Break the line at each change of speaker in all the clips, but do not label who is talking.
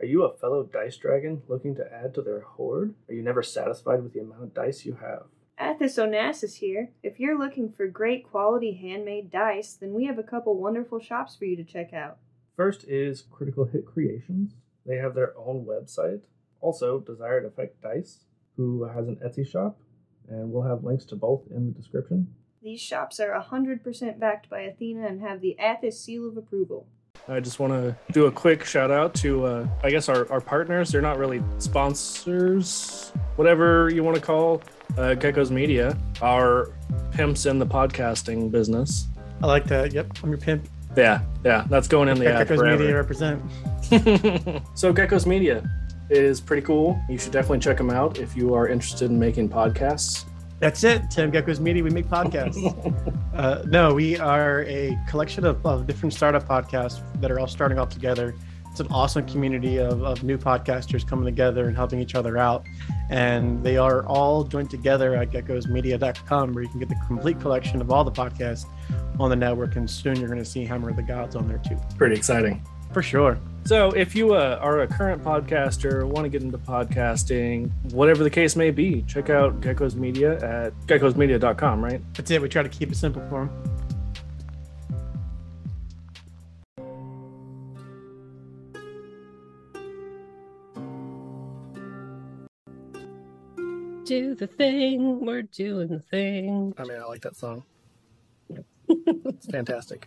Are you a fellow dice dragon looking to add to their hoard? Are you never satisfied with the amount of dice you have?
Athos Onassis here. If you're looking for great quality handmade dice, then we have a couple wonderful shops for you to check out.
First is Critical Hit Creations. They have their own website. Also, Desired Effect Dice, who has an Etsy shop, and we'll have links to both in the description.
These shops are 100% backed by Athena and have the Athos seal of approval.
I just want to do a quick shout out to, uh, I guess, our, our partners. They're not really sponsors, whatever you want to call uh, Gecko's Media, our pimps in the podcasting business.
I like that. Yep, I'm your pimp.
Yeah, yeah, that's going in the ad
Gecko's
forever.
Media represent.
so geckos media is pretty cool you should definitely check them out if you are interested in making podcasts
That's it, Tim Gecko's Media. We make podcasts. uh, no, we are a collection of, of different startup podcasts that are all starting off together. It's an awesome community of, of new podcasters coming together and helping each other out. And they are all joined together at geckosmedia.com, where you can get the complete collection of all the podcasts on the network. And soon you're going to see Hammer of the Gods on there too.
pretty exciting
For sure.
so if you uh, are a current podcaster want to get into podcasting whatever the case may be check out geckos media at geckosmedia.com right
That's it. We try to keep it simple for them.
Do the thing. We're doing the thing.
i mean i like that song it's fantastic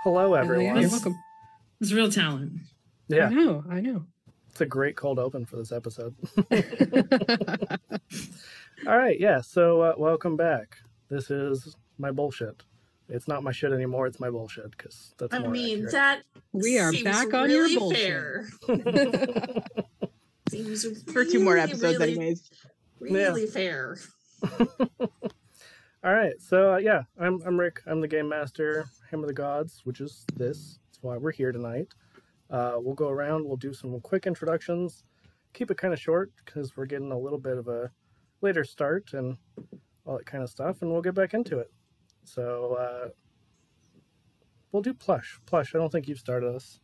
hello everyone
You're
Yes.
welcome.
It's real talent.
I
yeah
know. I know.
it's a great cold open for this episode All right, yeah. So uh, welcome back. This is my bullshit. It's not my shit anymore. It's my bullshit because that's.
I
more
mean,
accurate.
that
we are
seems
back on
really
your bullshit.
fair. Seems
for a few more
really,
episodes,
really,
anyways.
Yeah.
Really fair.
All right, so uh, yeah, I'm I'm Rick. I'm the game master, Hammer of the Gods, which is this. That's why we're here tonight. Uh, we'll go around. We'll do some quick introductions. Keep it kind of short because we're getting a little bit of a later start and all that kind of stuff, and we'll get back into it. So uh, we'll do plush. Plush. I don't think you've started us,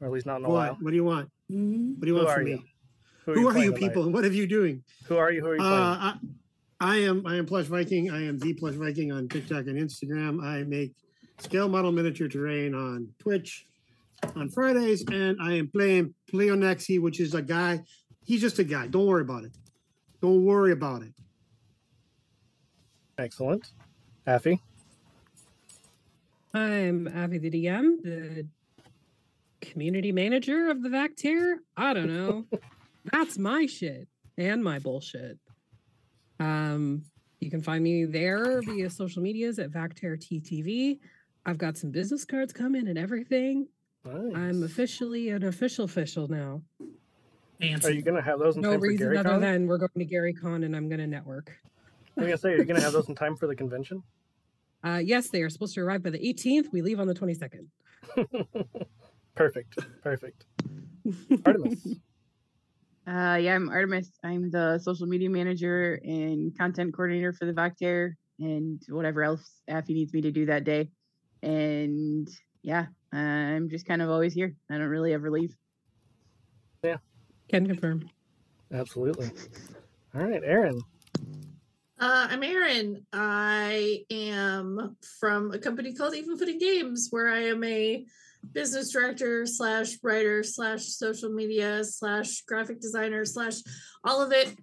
or at least not in a while.
What? What do you want?
Mm-hmm.
What do you
Who
want
are
from
you?
me? Who are
playing
you
tonight?
people? What are you doing?
Who are you? Who are you playing?
Uh, I, I am I am Plush Viking. I am the Plush Viking on TikTok and Instagram. I make scale model miniature terrain on Twitch on Fridays, and I am playing Pleonexi, which is a guy. He's just a guy. Don't worry about it. Don't worry about it.
Excellent. Affy.
I'm Abby the DM, the community manager of the VAC tier. I don't know. That's my shit and my bullshit. Um, you can find me there via social medias at VACTAIR TTV. I've got some business cards coming and everything.
Nice.
I'm officially an official official now.
Fancy.
Are you gonna have those in
No
time for
reason
Gary
other
Con?
than we're going to Gary Con and I'm going to network.
I was gonna say, are you gonna have those in time for the convention?
Uh, yes, they are supposed to arrive by the 18th. We leave on the 22nd.
Perfect. Perfect. Artemis.
Uh, yeah, I'm Artemis. I'm the social media manager and content coordinator for the Voctair and whatever else Affy needs me to do that day. And yeah, I'm just kind of always here. I don't really ever leave.
Can confirm.
Absolutely. All right, Aaron.
Uh, I'm Erin. I am from a company called Even Footing Games, where I am a business director slash writer slash social media slash graphic designer slash all of it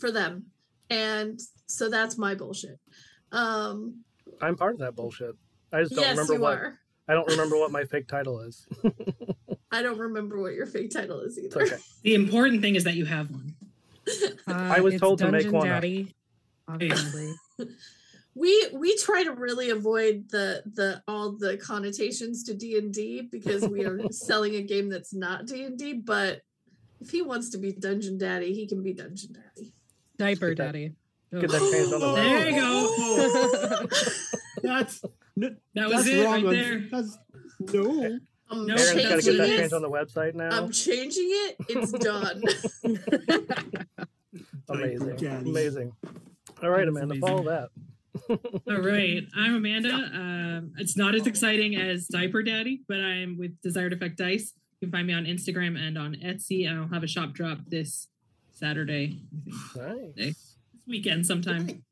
for them. And so that's my bullshit. Um,
I'm part of that bullshit. I just don't
yes,
remember
you
what
are.
I don't remember what my fake title is.
I don't remember what your fake title is
It's
either.
okay.
The important thing is that you have one.
Uh,
I was
it's
told to make
Dungeon
one up.
Daddy, obviously.
we we try to really avoid the the all the connotations to d&d because we are selling a game that's not d&d but If he wants to be Dungeon Daddy, he can be Dungeon Daddy.
Diaper
Get that-
daddy. Oh.
Get that changed on the
There
wall.
you go.
That's
That was
that's
it
wrong.
right
on-
there.
That's no.
I'm
No,
Aaron's
Aaron's
got to
changing
get that
Yes.
changed on
it.
the website now.
Um, I'm changing it. It's done.
amazing.
Daddy.
Amazing. All right,
That's
Amanda,
amazing.
follow that.
All right. I'm Amanda. Um, it's not as exciting as Diaper Daddy, but I'm with Desired Effect Dice. You can find me on Instagram and on Etsy, and I'll have a shop drop this Saturday, I think,
Nice.
this weekend sometime.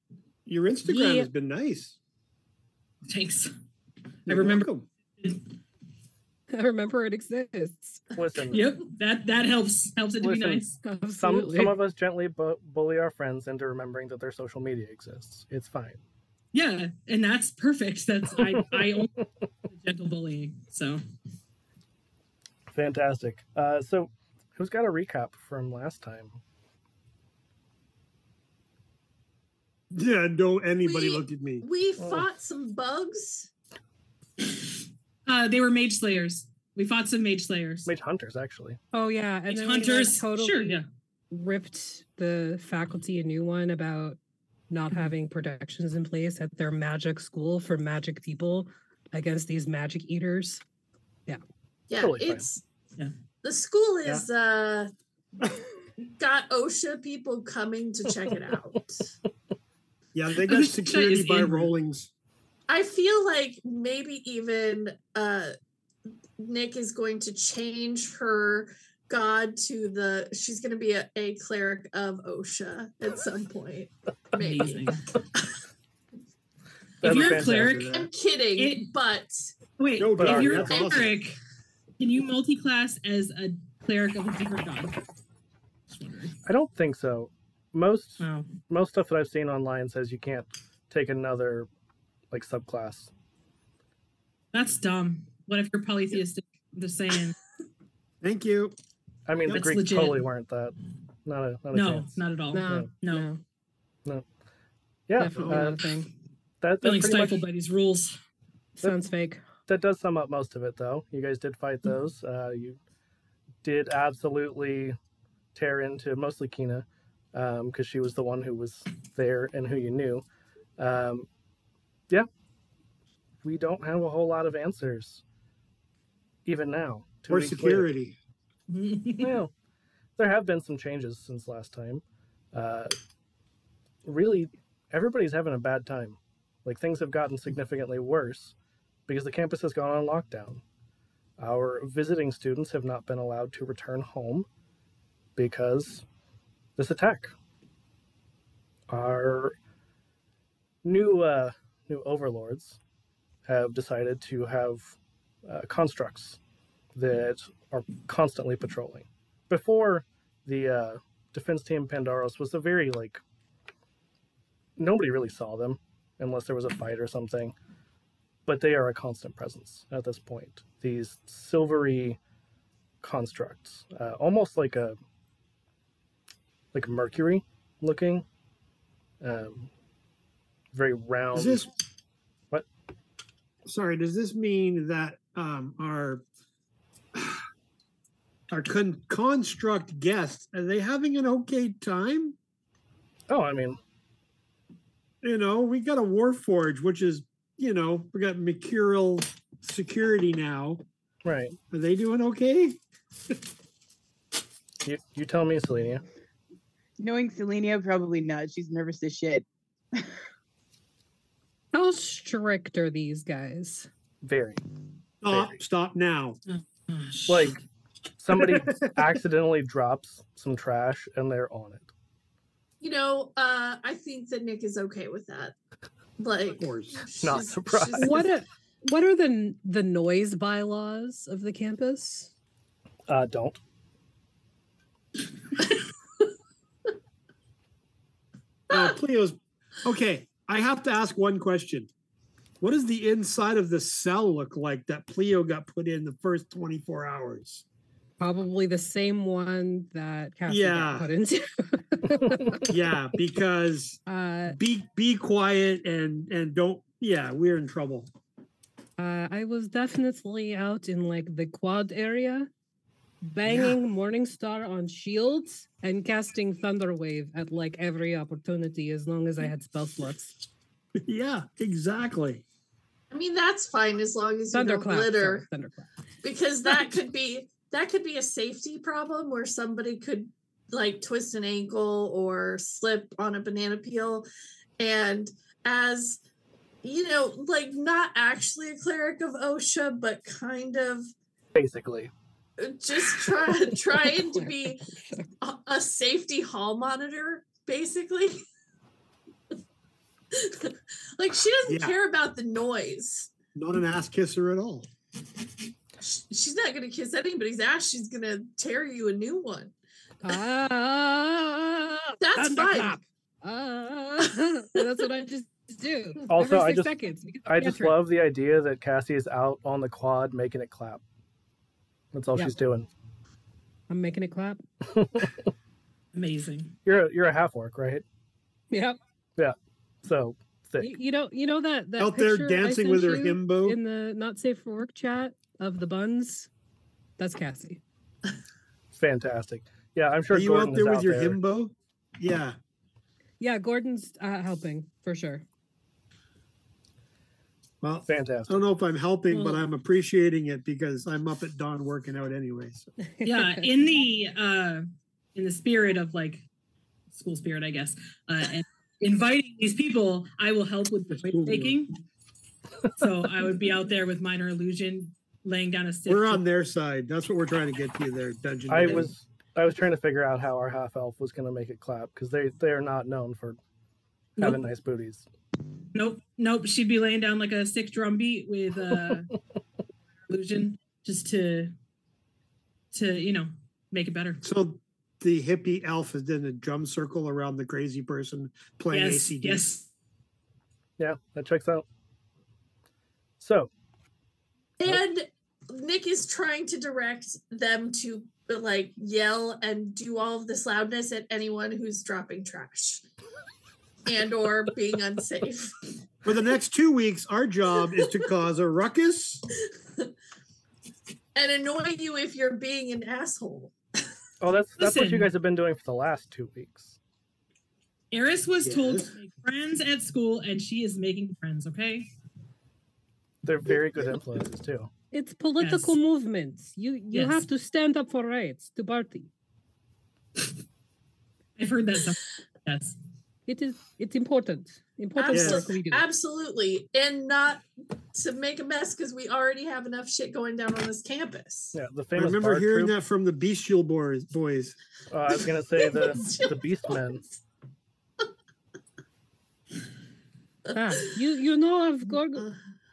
Your Instagram
Yeah.
has been nice.
Thanks.
You're
remember-
welcome.
I remember it exists.
Listen,
Yep. That that helps helps it to be
Listen,
nice.
some
Absolutely.
some of us gently bu- bully our friends into remembering that their social media exists. It's fine.
Yeah, and that's perfect. That's I I own gentle bullying. So
Fantastic. Uh, so, who's got a recap from last time?
Yeah, don't anybody
We-
look at me.
we
Oh.
fought some bugs.
uh they were mage slayers. We fought some mage slayers.
Mage hunters, actually.
oh yeah, and
Mage
then we, like,
hunters.
totally
Sure, yeah.
ripped the faculty a new one about not having protections in place at their magic school for magic people against these magic eaters.
Yeah,
Totally fine.
it's
Yeah.
the school
Yeah.
is uh got OSHA people coming to check it out.
Yeah, they
Alicia
got
is
security by
in-
Rollings.
I feel like maybe even uh Nick is going to change her god to the she's gonna be a, a cleric of OSHA at some point. Maybe.
Amazing.
That'd be
you're a
fantastic.
cleric-
I'm kidding,
It-
but
Wait,
No,
But
if
Darn,
you're a
that's awesome.
cleric, can you multi-class as a cleric of a different god? Just wondering.
I don't think so. Most
Wow.
most stuff that I've seen online says you can't take another like subclass.
That's dumb. What if you're polytheistic? I'm just saying.
Thank you.
I mean, the
That's
Greeks
legit.
totally weren't that. Not a not a
No,
chance.
not at all.
No,
Oh, No.
no,
yeah,
definitely
uh,
not a thing.
that, that
Feeling
pretty much
stifled by these rules.
Sounds fake.
that does sum up most of it though you guys did fight those uh, you did absolutely tear into mostly kina because she was the one who was there and who you knew um, yeah we don't have a whole lot of answers even now to
Or
be clear.
security.
Well, there have been some changes since last time. Uh, really, everybody's having a bad time. Like things have gotten significantly worse because the campus has gone on lockdown. Our visiting students have not been allowed to return home because this attack. Our new uh, new overlords have decided to have uh, constructs that are constantly patrolling. Before the uh, defense team Pandaros was a very like nobody really saw them unless there was a fight or something. But they are a constant presence at this point. These silvery constructs, uh, almost like a like mercury looking, um, very round.
Does this
What?
Sorry, does this mean that um our our con- construct guests are they having an okay time?
oh, I mean,
You know, we got a Warforge, which is you know we got mercurial security now.
right?
Are they doing okay?
You you tell me, Selenia.
Knowing Selenia, probably not. She's nervous as shit.
How strict are these guys?
Very
Stop!
Very.
Oh, Stop now!
like somebody accidentally drops some trash and they're on it.
you know, uh I think that Nick is okay with that. Like
Of course.
Not
she's-
surprised.
she's-
What a, what are the the noise bylaws of the campus?
Uh, don't.
Now, Uh, Cleo's okay. I have to ask one question. What does the inside of the cell look like that Pleo got put in the first 24 hours?
Probably the same one that Cassie
Yeah.
got put into.
Yeah, because
uh,
be be quiet and and don't yeah, we're in trouble.
Uh, I was definitely out in like the quad area, banging Morningstar on shields and casting Thunderwave at like every opportunity as long as I had spell slots.
yeah, exactly.
I mean, that's fine as long as you don't
Thunderclap. sorry,
litter,
thunderclap.
because that could be that could be a safety problem where somebody could like twist an ankle or slip on a banana peel, and as you know, like not actually a cleric of OSHA, but kind of
basically.
just try, trying to be a, a safety hall monitor, basically. like she doesn't
Yeah.
care about the noise.
Not an ass kisser at all.
Sh- She's not gonna kiss anybody's ass. She's gonna tear you a new one.
Ah,
That's
thunderclap. Ah, that's what I just do.
Also,
every
I
six
just-
seconds. because
I just
cantrip.
love the idea that Cassie is out on the quad making it clap. That's all
Yeah.
she's doing.
I'm making it clap.
Amazing.
You're a, you're a half orc, right?
Yep.
So
You,
thick.
you know, you know that that
Out there
picture I
dancing
sent
with her
you
himbo.
in the not safe for work chat of the buns. That's Cassie.
Fantastic. Yeah, I'm sure
Are you
Gordon
out
is
there with
out
your
there.
himbo? Yeah.
Yeah, Gordon's uh, helping for sure.
Well, I
Fantastic.
don't know if I'm helping, but
Well-
I'm appreciating it because I'm up at dawn working out anyway. So.
yeah in the uh in the spirit of like school spirit i guess uh and inviting these people i will help with the
School
taking so i would be out there with minor illusion laying down a stick
We're on their side. That's what we're trying to get to there, Dungeon.
I
Dave.
was I was trying to figure out how our half elf was going to make it clap because they they are not known for having
nope,
nice booties.
nope nope she'd be laying down like a sick drum beat with uh illusion just to to you know make it better
So the hippie elf is in a drum circle around the crazy person playing
yes
ACD.
yes
Yeah, that checks out. So
And Nick is trying to direct them to like yell and do all of this loudness at anyone who's dropping trash and or being unsafe.
For the next two weeks, our job is to cause a ruckus.
and annoy you if you're being an asshole.
oh, that's that's what you
Listen.
guys have been doing for the last two weeks.
Eris was told
Yes.
to make friends at school, and she is making friends. Okay.
They're very good influences too.
It's political
Yes.
movements. You you
Yes.
have to stand up for rights to party.
I've heard that. some- Yes.
It is it's important. Important
Yes.
work we do.
Absolutely, absolutely, and not to make a mess because we already have enough shit going down on this campus.
Yeah, the
I
famous.
remember
bard
hearing
troupe.
that from the Bestial Boys. boys.
Uh, I was gonna say the the Beastmen.
Ah, you you know of Gorg-
Uh,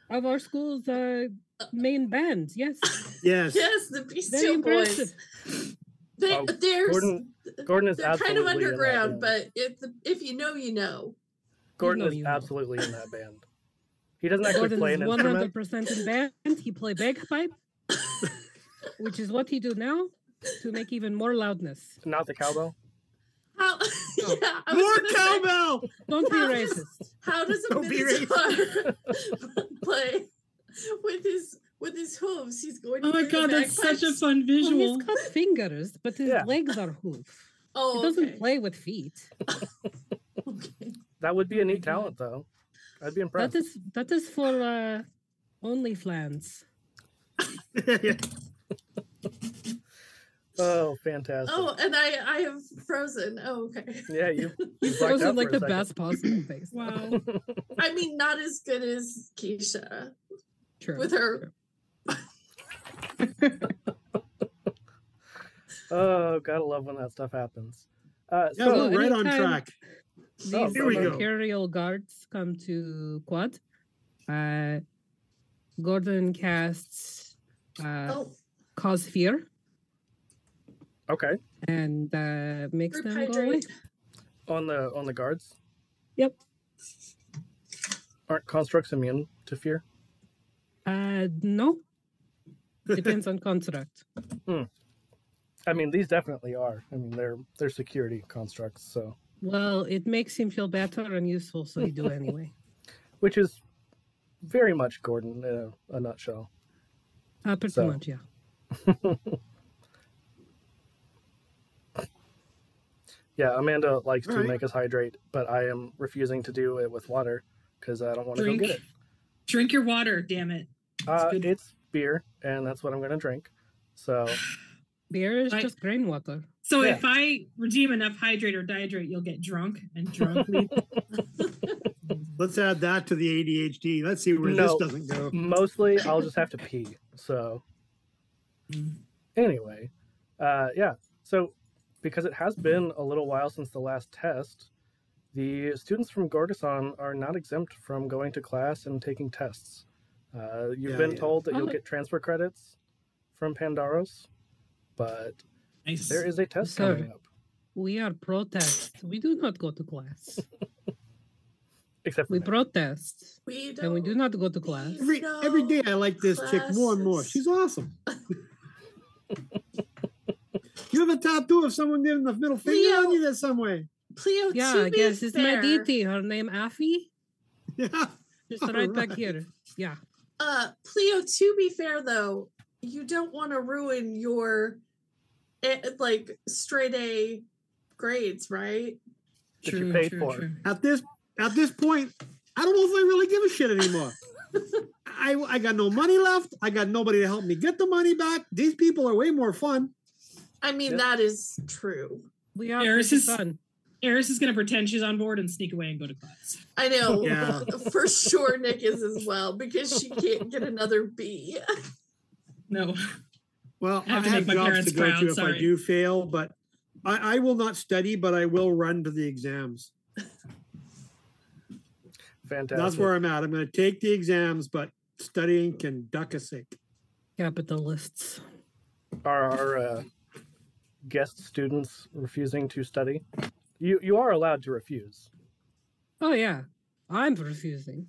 of our school's uh, main band. Yes,
Yes.
yes, the
very
Beastie
impressive.
Boys. They,
Oh,
they're
Gordon Gordon is
they're
absolutely
kind of
in that
underground,
band.
but if the, if you know, you know.
Gordon
know
is
you know.
absolutely in that band. He doesn't actually
Gordon
play
is
an
one hundred
instrument.
percent in band. He play bagpipe, which is what he do now to make even more loudness.
Not the cowbell.
How, yeah, I was
More
gonna say,
cowbell.
Don't be
How does-
racist.
How does a
Don't be
minotaur play with his with his hooves? He's going.
Oh my
through the
god, that's such a
bagpipes.
fun
Well,
visual.
he's got fingers, but his
Yeah.
legs are hoof.
Oh,
He doesn't
okay.
play with feet.
Okay.
That would be a neat
God.
talent, though. I'd be impressed.
That is that is for uh, OnlyFans.
Oh, fantastic!
Oh, and I I have frozen. Oh, okay.
Yeah, you. you blacked
Those are
out
like
for a
the
second.
best possible things.
wow.
I mean, not as good as Keisha
True.
with her.
Oh, gotta love when that stuff happens. Uh,
Yeah,
so,
Well,
we're right on
anytime-
track.
These
Oh,
here we go.
Imperial guards come to Quad. Uh, Gordon casts uh,
Oh,
Cause Fear
okay,
and uh, makes
group
them go away.
hydrate.
on the on the guards.
Yep.
Aren't constructs immune to fear?
Uh, no, depends on contract.
I mean, these definitely are. I mean, they're they're security constructs, so
Well, it makes him feel better and useful, so you do anyway.
which is very much Gordon in a, a nutshell.
Uh, pretty
So.
much, yeah.
Yeah, Amanda likes to
Alright.
make us hydrate, but I am refusing to do it with water because I don't want to go
Drink.
get it.
Drink your water, damn it.
Uh,
good.
it's beer, and that's what I'm going to drink. So
Beer is
Right.
just grain water.
So
Yeah.
if I redeem enough hydrate or dihydrate, you'll get drunk and drunk. leads-
Let's add that to the ADHD. Let's see where this
No.
doesn't go.
mostly I'll just have to pee. So
Mm-hmm.
anyway, uh, yeah. So because it has been a little while since the last test, the students from Gorgason are not exempt from going to class and taking tests. Uh, you've
Yeah,
been
yeah.
told that you'll
Oh.
get transfer credits from Pandaros, but
nice.
there is a test
Sir.
coming up.
We are protest. We do not go to class.
Except for
We
now.
protest,
We don't.
and we do not go to class.
Every every day I like this chick more and more.
Classes.
She's awesome. you have a tattoo of someone did in the middle finger
Leo.
on you that some way.
Cleo,
Yeah,
to
I
be
guess it's
fair,
Mediti. Her name Afi.
Yeah.
Just right back
Alright.
here. Yeah.
Uh, Cleo, to be fair though, you don't want to ruin your eh, like straight A grades, right?
That you paid for.
At this at this point, I don't know if I really give a shit anymore. I I got no money left. I got nobody to help me get the money back. These people are way more fun.
I mean,
Yep.
that is true.
We are
Eris
pretty
is-
fun.
Eris is going to pretend she's on board and sneak away and go to class.
I know
Yeah.
for sure Nick is as well because she can't get another B.
No.
Well,
I have
I
to
have
make my
jobs
parents
to go
proud,
to if I
sorry.
do fail, but I, I will not study, but I will run to the exams.
Fantastic.
That's where I'm at. I'm going to take the exams, but studying can duck a sick.
Capitalists.
are our uh, guest students refusing to study? You you are allowed to refuse.
Oh yeah, I'm refusing.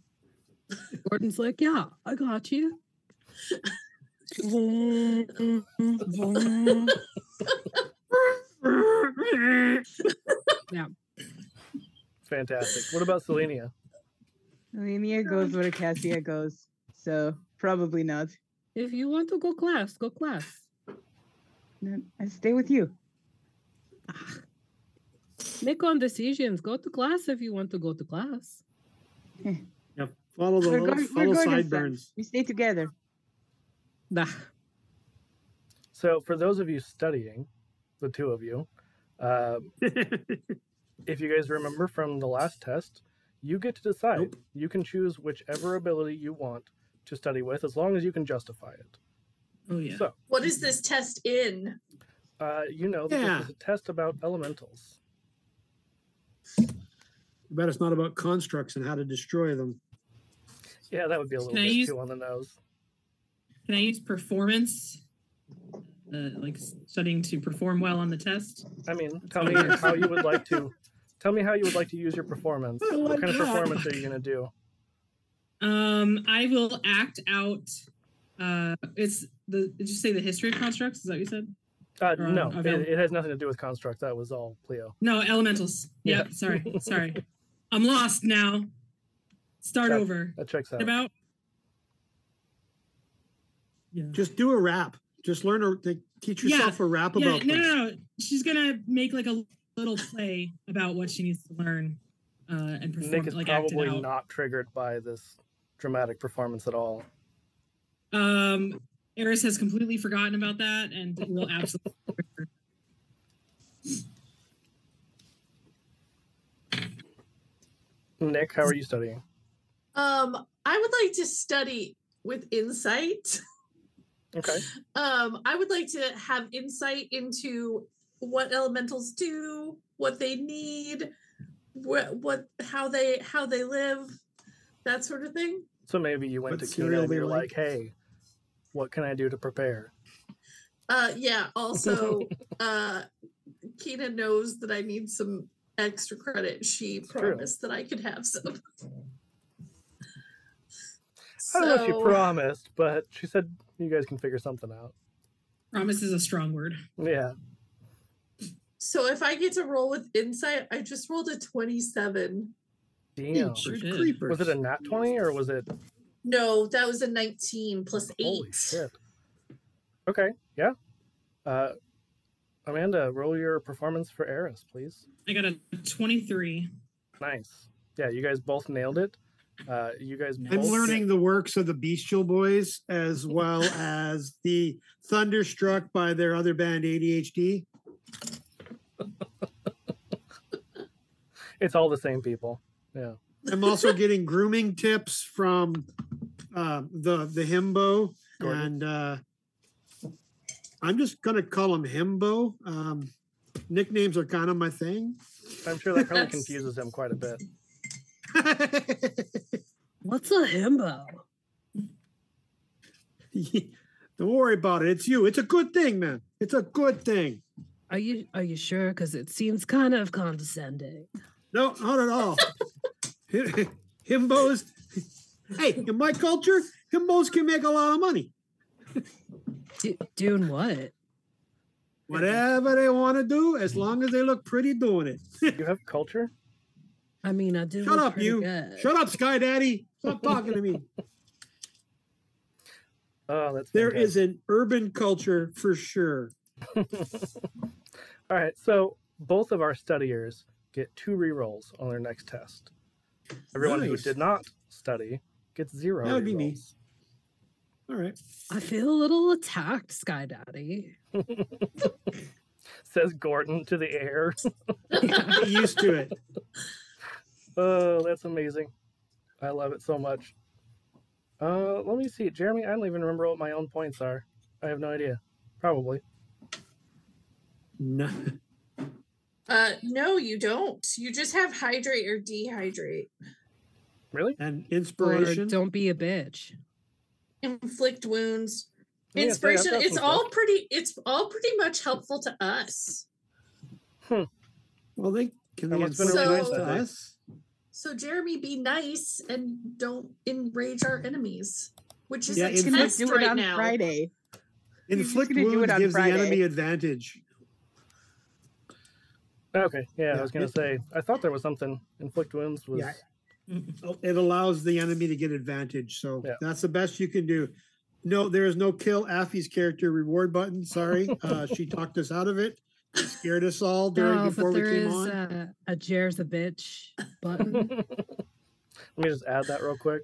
Gordon's like, yeah, I got you. Vroom, vroom.
Fantastic. What about Selenia?
Lenia goes where Cassia goes. So probably not.
if you want to go class, go class.
No, I stay with you.
Ah. Make own decisions. Go to class if you want to go to class.
Yep. Follow the
We're
little,
going- we're
follow
going to
sideburns.
We stay together.
Nah.
So for those of you studying, the two of you, uh, if you guys remember from the last test, you get to decide.
Nope.
You can choose whichever ability you want to study with, as long as you can justify it.
Oh yeah.
So
What is this test in?
uh, you know that
Yeah.
this is a test about elementals.
You bet it's not about constructs and how to destroy them.
Yeah, that would be a little
Can I
bit
use-
too on the nose.
Can I use performance? Uh, like studying to perform well on the test.
I mean, tell me how you would like to. Tell me how you would like to use your performance.
I
What
like
kind of
that.
performance are you going to do?
Um, I will act out. Uh, it's the did you say the history of constructs? Is that what you said?
Uh,
Or
no,
a
it,
villain.
it has nothing to do with construct. That was all Pleo.
No, elementals.
Yeah.
Yep. Sorry. Sorry. I'm lost now. Start
Got it.
over.
That checks out.
What about? Yeah.
Just do a rap. Just learn a like, teach
Yeah.
yourself a rap
Yeah.
about.
No,
them.
no, no. She's gonna make like a little play about what she needs to learn uh, and perform.
Nick is
like act it
probably
out.
not triggered by this dramatic performance at all.
Um, Eris has completely forgotten about that and will absolutely.
Nick, how are you studying?
Um, I would like to study with insight.
Okay.
Um, I would like to have insight into what elementals do, what they need, what what how they how they live, that sort of thing.
So maybe you went
What's
to Kina
really
and you're like,
like?
hey, what can I do to prepare?
Uh, yeah. Also, uh, Kina knows that I need some extra credit. She
true.
promised that I could have some.
I don't know if you
So-
promised, but she said you guys can figure something out.
Promise is a strong word.
Yeah.
So if I get to roll with insight, I just rolled a 27.
Damn.
Sure
Creepers,
did.
creepers.
Was it a nat 20 or was it
No, that was a 19 plus 8.
Holy shit. Okay, yeah. Uh, Amanda, roll your performance for Eris, please.
I got a 23.
Nice. Yeah, you guys both nailed it. Uh, you guys.
I'm
both-
learning the works of the Bestial Boys as well as the Thunderstruck by their other band ADHD.
It's all the same people. Yeah.
I'm also getting grooming tips from uh, the the himbo,
Gordon.
and uh, I'm just gonna call him himbo. Um, nicknames are kind of my thing.
I'm sure that probably
That's-
confuses him quite a bit.
What's a himbo?
Don't worry about it. It's you. It's a good thing, man. It's a good thing.
Are you are you sure? Because it seems kind of condescending.
No, not at all. Himbos. Hey, in my culture, himbos can make a lot of money.
Do, doing what?
Whatever they want to do, as long as they look pretty doing it.
You have culture?
I mean, I do.
Shut
look
up,
pretty
you.
good.
Shut up, Sky Daddy. Stop talking to me.
Oh, that's
There
fantastic.
is an urban culture for sure.
All right, so both of our studiers get two rerolls on their next test. Everyone who
Nice.
did not study gets zero.
That would be me.
rerolls.
All right.
I feel a little attacked, Sky Daddy.
Says Gordon to the air.
Get used to it.
Oh, that's amazing. I love it so much. Uh, let me see, Jeremy. I don't even remember what my own points are. I have no idea. Probably.
No.
Uh, no, you don't. You just have hydrate or dehydrate.
Really?
And
Or
inspiration.
don't be a bitch.
Inflict wounds.
Yeah, see, I've
Inspiration.
got
it's
some
all
stuff.
pretty. It's all pretty much helpful to us.
Well, they can
That
they
one's been
inspire
really nice,
us
I
to
think.
us.
So Jeremy, be nice and don't enrage our enemies, which is
Yeah,
a
inflict-
test
do it
right
on
now.
Friday. You're just
Inflict
gonna do it
wounds
on
gives the enemy
Friday.
advantage.
Okay. Yeah, I
Yeah,
was gonna
it-
say. I thought there was something. Inflict wounds was.
Yeah. Oh, It allows the enemy to get advantage. So
Yeah.
that's the best you can do. No, there is no kill Affy's character reward button. Sorry. Uh, she talked us out of it. She scared us all during
No,
before
but
we
there
came
is
on.
uh, a Jer's a bitch button.
Let me just add that real quick.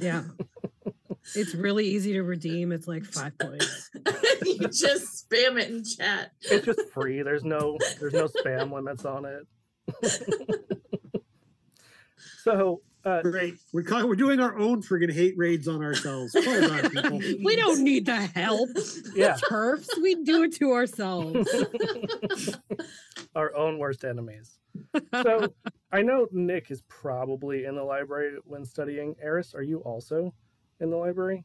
yeah. It's really easy to redeem. It's like five points.
you just spam it in chat.
It's just free. There's no there's no spam limits on it. so uh,
Great. We're, ca- we're doing our own friggin' hate raids on ourselves. Hold on, people.
We don't need the help.
yeah,
Turfs, we do it to ourselves.
our own worst enemies. So I know Nick is probably in the library when studying. Eris, are you also in the library?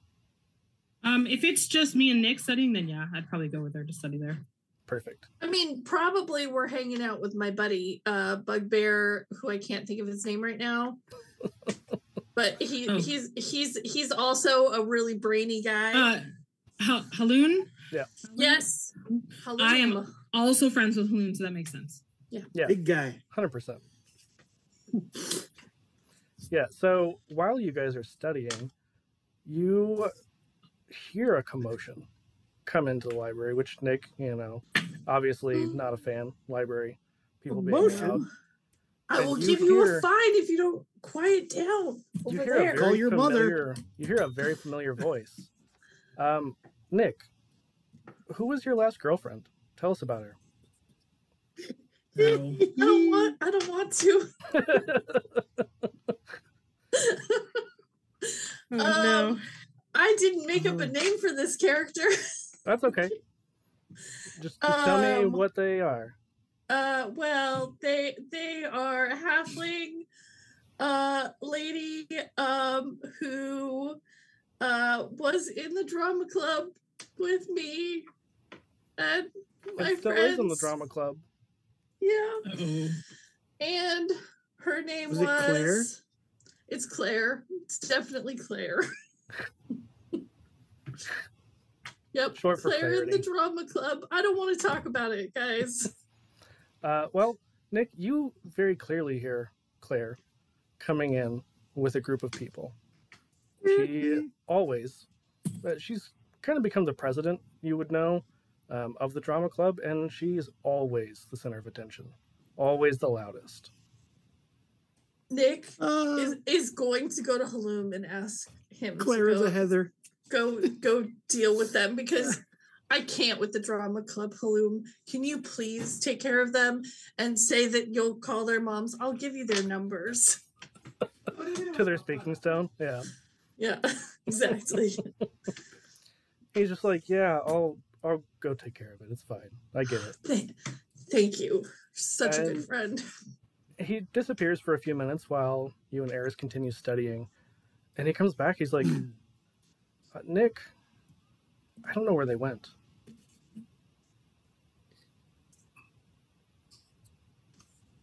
Um, if it's just me and Nick studying, then yeah, I'd probably go with her to study there.
Perfect.
I mean, probably we're hanging out with my buddy, uh, Bugbear, who I can't think of his name right now. But he
Oh.
he's he's he's also a really brainy guy.
Uh, Ha- Haloon,
yes, Hello.
I am- also friends with Haloon, so that makes sense.
Big guy.
Hundred percent. Yeah. So while you guys are studying, you hear a commotion come into the library, which Nick, you know, obviously not a fan. Library people being
Commotion?
loud.
I
and
will
you
give you
hear-
a fine if you don't quiet down
You hear
over
a
there.
very
Call your mother.
familiar- You hear a very familiar voice. Um, Nick, who was your last girlfriend? Tell us about her.
Um,
No.
I don't want I don't want to.
Oh,
Um, I didn't make
Oh.
up a name for this character.
That's okay. Just, just tell me
Um,
what they are.
Uh, well, they they are a halfling uh lady um who uh was in the drama club with me and my
It still
friends.
is in the drama club.
Yeah,
Uh-oh.
and her name
Was
was,
it Claire?
It's Claire. It's definitely Claire. yep,
Short for
Claire in the
clarity.
drama club. I don't want to talk about it, guys.
Uh, well, Nick, you very clearly hear Claire coming in with a group of people. She always, uh, she's kind of become the president, you would know, um, of the drama club, and she's always the center of attention, always the loudest.
Nick
Uh,
is, is going to go to Halum and ask him to
Claire is
go-
a Heather.
go go deal with them because I can't with the drama club Halum. Can you please take care of them and say that you'll call their moms? I'll give you their numbers.
To their speaking stone, yeah.
Yeah, exactly.
He's just like, yeah, I'll I'll go take care of it. It's fine. I get it.
Th- Thank you. You're Such a
Um,
good friend.
He disappears for a few minutes while you and Eris continue studying, and he comes back. He's like,
Hmm.
"Uh, Nick, I don't know where they went.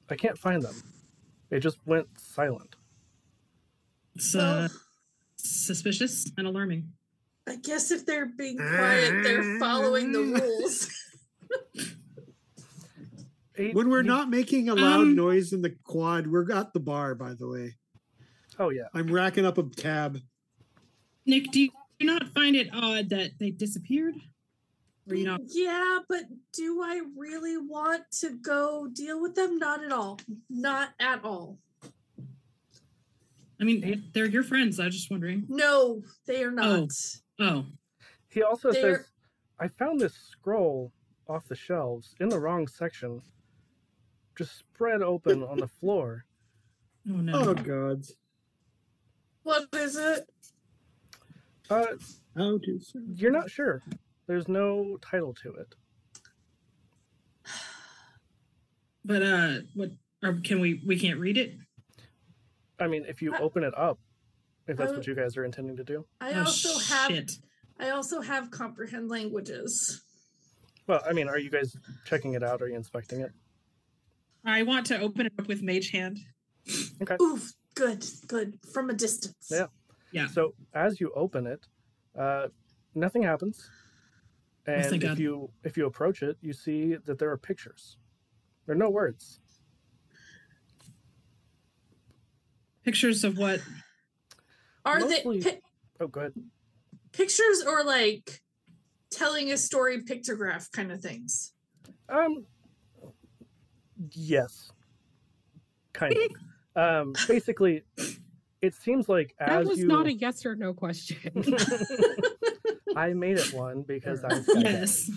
I can't find them. It just went silent.
It's uh,
Well,
suspicious and alarming.
I guess if they're being quiet, they're following the rules.
He-
When we're
he-
not making a loud
Um,
noise in the quad, we're at the bar, by the way.
oh yeah,
I'm racking up a tab.
Nick, do you not find it odd that they disappeared? Or you not?
Yeah, but do I really want to go deal with them? Not at all. Not at all.
I mean, they're your friends. I was just wondering.
No, they are not.
Oh,
He also
They're-
says, I found this scroll off the shelves in the wrong section, just spread open on the floor.
oh no.
Oh God!
What is it?
Uh,
How to serve.
you're not sure. There's no title to it.
But uh, what? Or can we? We can't read it.
I mean, if you
Uh,
open it up, if that's
uh,
what you guys are intending to do.
I
oh,
also have
shit.
I also have comprehend languages.
Well, I mean, are you guys checking it out? Are you inspecting it?
I want to open it up with Mage Hand.
Oof, good, good. From a distance.
Yeah.
Yeah.
So as you open it, uh, nothing happens. And
thank
if
God.
you if you approach it, you see that there are pictures. There are no words.
Pictures of what?
Are
Mostly-
they pi-
Oh, go ahead.
pictures or like telling a story pictograph kind of things?
Um, yes, kind of. Um, basically, it seems like
That
as
was
you,
not a yes or no question.
I made it one because I'm
Yes.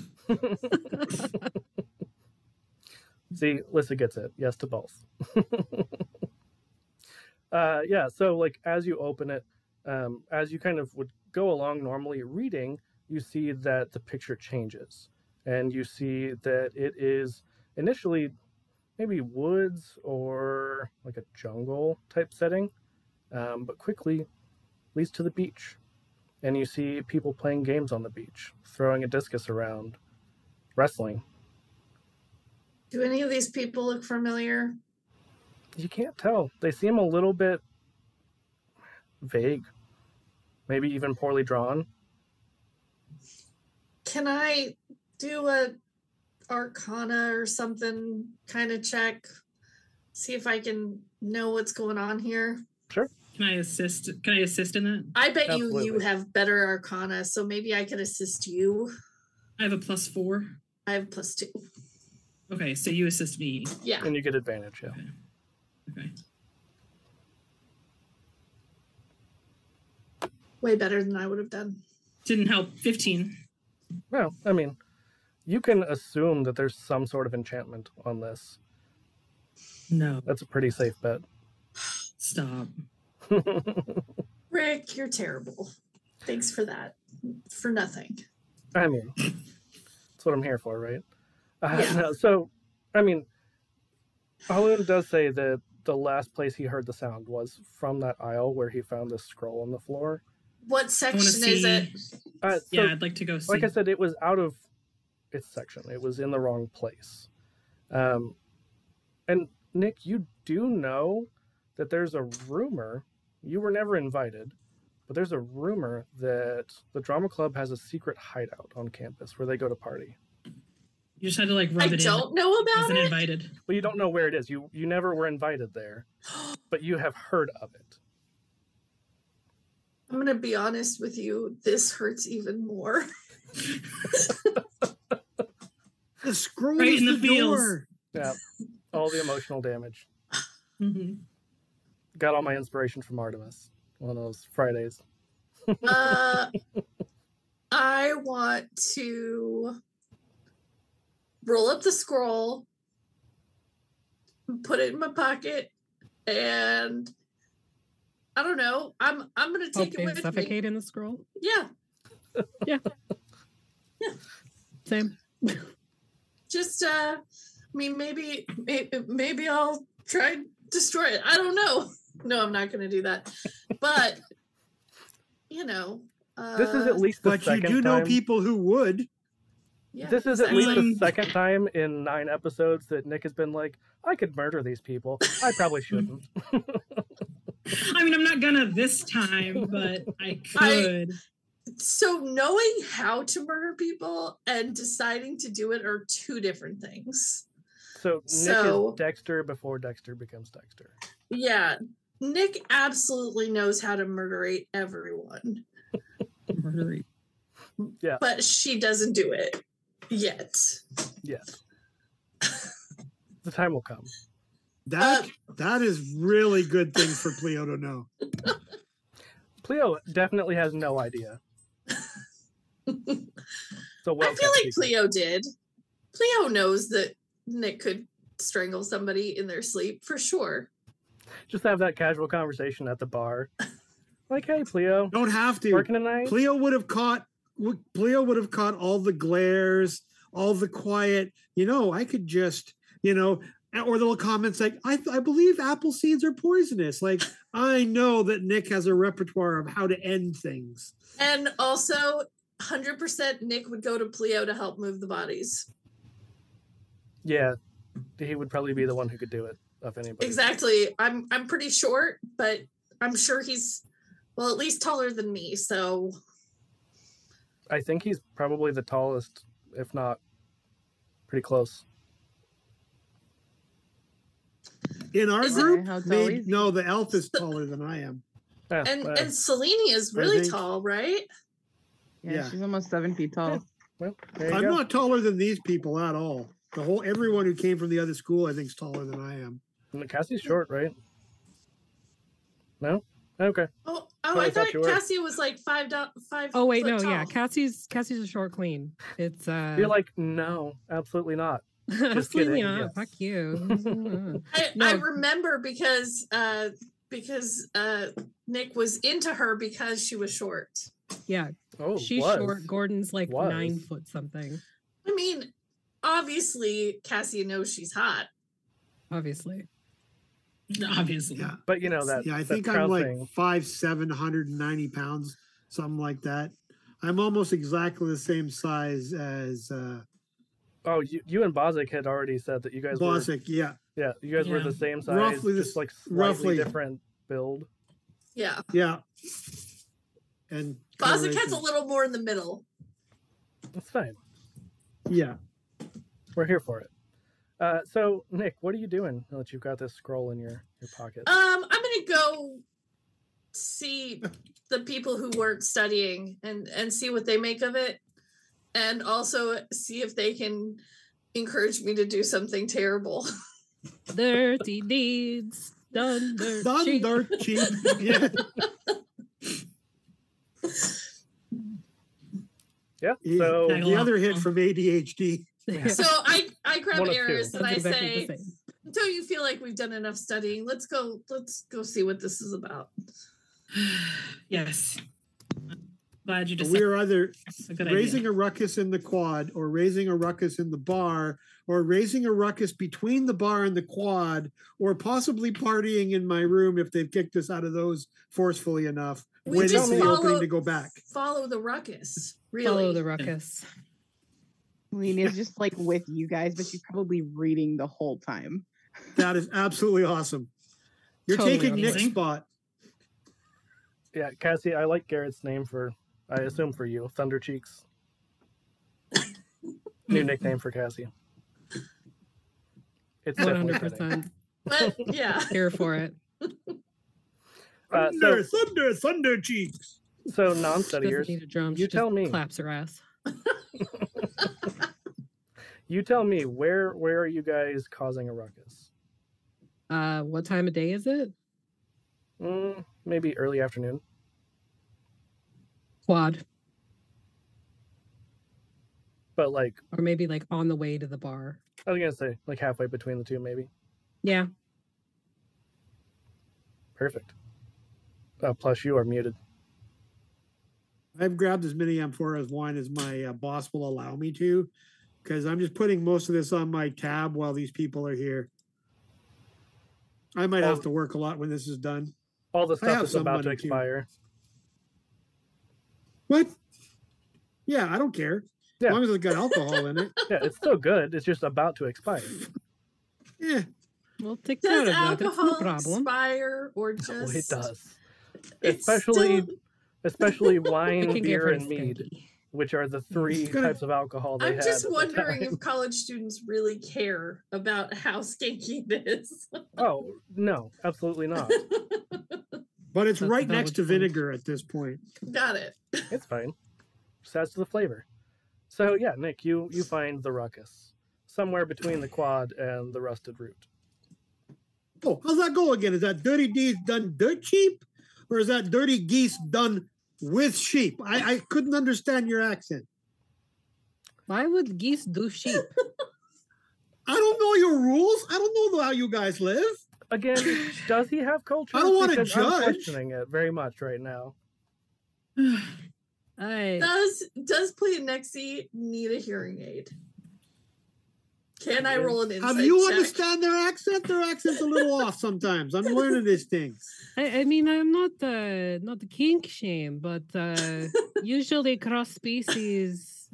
See, Lissa gets it. Yes to both. uh, yeah. So, like, as you open it, um, as you kind of would go along normally reading, you see that the picture changes, and you see that it is initially maybe woods or like a jungle type setting, um, but quickly leads to the beach, and you see people playing games on the beach, throwing a discus around, wrestling.
Do any of these people look familiar?
you can't tell. They seem a little bit vague, maybe even poorly drawn.
Can I do a arcana or something kind of check? See if I can know what's going on here.
Can I assist? Can I assist in that?
I bet you you
Absolutely.
have better arcana, so maybe I could assist you.
I have a plus four.
I have plus two.
Okay, so you assist me.
Yeah.
And you get advantage, yeah.
Okay.
way better than I would have done.
Didn't help. Fifteen.
Well, I mean, you can assume that there's some sort of enchantment on this.
No.
That's a pretty safe bet.
Stop.
Rick, you're terrible. Thanks for that. For nothing.
I mean, that's what I'm here for, right? Uh,
Yeah.
no, so, I mean, Alun does say that the last place he heard the sound was from that aisle where he found this scroll on the floor.
What
I want to
section
see.
is it?
Uh, so
yeah, I'd like to go see.
like I said, it was out of its section. It was in the wrong place. Um, and Nick, you do know that there's a rumor. You were never invited, but there's a rumor that the drama club has a secret hideout on campus where they go to party.
you just had to like rub
I
it
don't know
in.
about
Wasn't
it.
invited.
Well, you don't know where it is. You you never were invited there, but you have heard of it.
I'm going to be honest with you. This hurts even more.
The scroll
Right
is
in
the,
the feels.
door.
Yeah. All the emotional damage.
Mhm.
Got all my inspiration from Artemis. One of those Fridays.
uh, I want to roll up the scroll, put it in my pocket, and I don't know. I'm I'm gonna
Hope
take
they
it with me.
suffocate in the scroll.
Yeah,
Same.
just uh, I mean maybe maybe maybe I'll try and destroy it. I don't know. No, I'm not gonna do that. But you know, uh,
This is at least the
But you
second
do know
time-
people who would.
yeah,
This is at
exactly.
least the second time in nine episodes that Nick has been like, I could murder these people. I probably
Mm-hmm.
shouldn't.
I mean, I'm not gonna this time, but I could.
So knowing how to murder people and deciding to do it are two different things.
So Nick
So-
is Dexter before Dexter becomes Dexter.
Yeah. Nick absolutely knows how to murderate everyone,
Murder.
but she doesn't do it yet.
Yes. the time will come.
That that is really good thing for Pleo to know.
Cleo definitely has no idea. So well
I feel like Cleo did. Cleo knows that Nick could strangle somebody in their sleep for sure.
just have that casual conversation at the bar. Like, hey, Cleo,
Don't have to.
working tonight?
Pleo would have caught w- Pleo would have caught all the glares, all the quiet. You know, I could just, you know, or the little comments like, I, I believe apple seeds are poisonous. Like, I know that Nick has a repertoire of how to end things.
And also, 100% Nick would go to Cleo to help move the bodies.
Yeah, he would probably be the one who could do it of anybody.
Exactly. I'm I'm pretty short, but I'm sure he's well at least taller than me. So
I think he's probably the tallest, if not pretty close.
In our
Is it-
group,
How tall
maybe-
is he?
no, the elf is taller than I am.
Yeah,
and
uh,
and Selene is
I
really
think-
tall, right?
Yeah,
Yeah.
she's almost seven feet tall.
well, there you
I'm
go.
not taller than these people at all. The whole everyone who came from the other school, I think, is taller than I am.
And Cassie's short, right? No? Okay.
Oh, oh,
Oh,
I,
I thought
thought,
you were.
Cassie was like five do- five.
Oh wait,
foot
no, yeah.
tall.
Cassie's Cassie's a short queen. It's uh
You're like, no, absolutely not. just
absolutely
kidding,
not.
yes.
Fuck you.
I,
no.
I remember because uh because uh Nick was into her because she was short.
yeah,
Oh,
she's
was.
short. Gordon's like
Was.
nine foot something,
I mean, obviously Cassie knows she's hot.
obviously.
Obviously.
Yeah.
But you know that.
yeah, I
that
think I'm
crowd
like
thing.
five seven, hundred and ninety pounds, something like that. I'm almost exactly the same size as uh,
Oh, you, you and Bozic had already said that you guys were.
Bosick. Yeah,
Yeah, you guys were
Yeah.
the same size.
Roughly the
just
s-
like slightly
roughly.
different build.
Yeah.
yeah. And
Bozic has a
coloration.
little more in the middle.
That's fine.
Yeah,
We're here for it. Uh, so, Nick, what are you doing now that you've got this scroll in your, your pocket?
Uh,
Um, I'm gonna go see the people who weren't studying and and see what they make of it, and also see if they can encourage me to do something terrible.
Dirty deeds done dirt cheap.
thunder cheap. Yeah.
yeah.
Yeah.
So,
Tag
The other hit from ADHD.
Yeah,
So I I grab
One of two.
Eris and
sounds
I
exactly
say,
the same.
"Don't you feel like we've done enough studying? Let's go. Let's go see what this is about."
yes. Glad you
But
just
We are either
a good
raising
idea.
a ruckus in the quad, or raising a ruckus in the bar, or raising a ruckus between the bar and the quad, or possibly partying in my room if they've kicked us out of those forcefully enough.
We
waiting
just
for the opening
follow-
to go back.
Follow the ruckus.
Follow
Really,
the ruckus.
Lena is just like with you guys, but she's probably reading the whole time.
That is absolutely awesome. You're
Totally
taking Nick's
amazing.
spot.
yeah, Cassie, I like Garrett's name for, I assume for you, Thunder Cheeks. New nickname for Cassie. It's
One
definitely
hundred
fitting.
percent
but yeah.
here for it.
Uh,
Thunder, thunder, thunder cheeks.
So, non
She doesn't
studiers,
need a drum.
You
she
tell
just
me.
Claps her ass.
You tell me where where are you guys causing a ruckus?
Uh, what time of day is it?
Mm, maybe early afternoon.
Quad,
But like
or maybe like on the way to the bar.
I was gonna say, like halfway between the two, maybe.
Yeah.
Perfect. Uh, plus, you are muted.
I've grabbed as many M4 as wine as my uh, boss will allow me to, because I'm just putting most of this on my tab while these people are here. I might
Oh.
have to work a lot when this is done.
All the
have
stuff is
some
about to
money, too.
expire.
What? Yeah, I don't care.
Yeah.
As long as it's got alcohol in it.
Yeah, it's still good. It's just about to expire.
Yeah.
We'll take care
Does
of that. That's no
alcohol
problem.
expire or just?
No, it does.
Oh, it's
Especially
still-
especially
We
wine,
can get
beer,
rid of
and mead,
Spanky.
which are the three
It's gonna-
types of alcohol they
I'm
had
just
at the
wondering
time.
if college students really care about how skanky it is.
Oh no, absolutely not.
But it's
That's a
right next
valid
to
point.
vinegar at this point.
Got it.
It's fine. Just adds to the flavor. So yeah, Nick, you you find the ruckus somewhere between the quad and the rusted root.
Oh, how's that go again? Is that dirty deeds done dirt cheap? Or is that dirty geese done with sheep? I, I couldn't understand your accent.
Why would geese do sheep?
I don't know your rules. I don't know how you guys live.
Again, does he have culture?
I don't wanna
Because I'm
judge.
questioning it very much right now.
I
Does does Pleonexi need a hearing aid? Can I roll an insight
Have you
check?
understand their accent? Their accent's a little off sometimes. I'm learning these things.
I, I mean, I'm not uh, not the kink shame, but uh, usually cross species,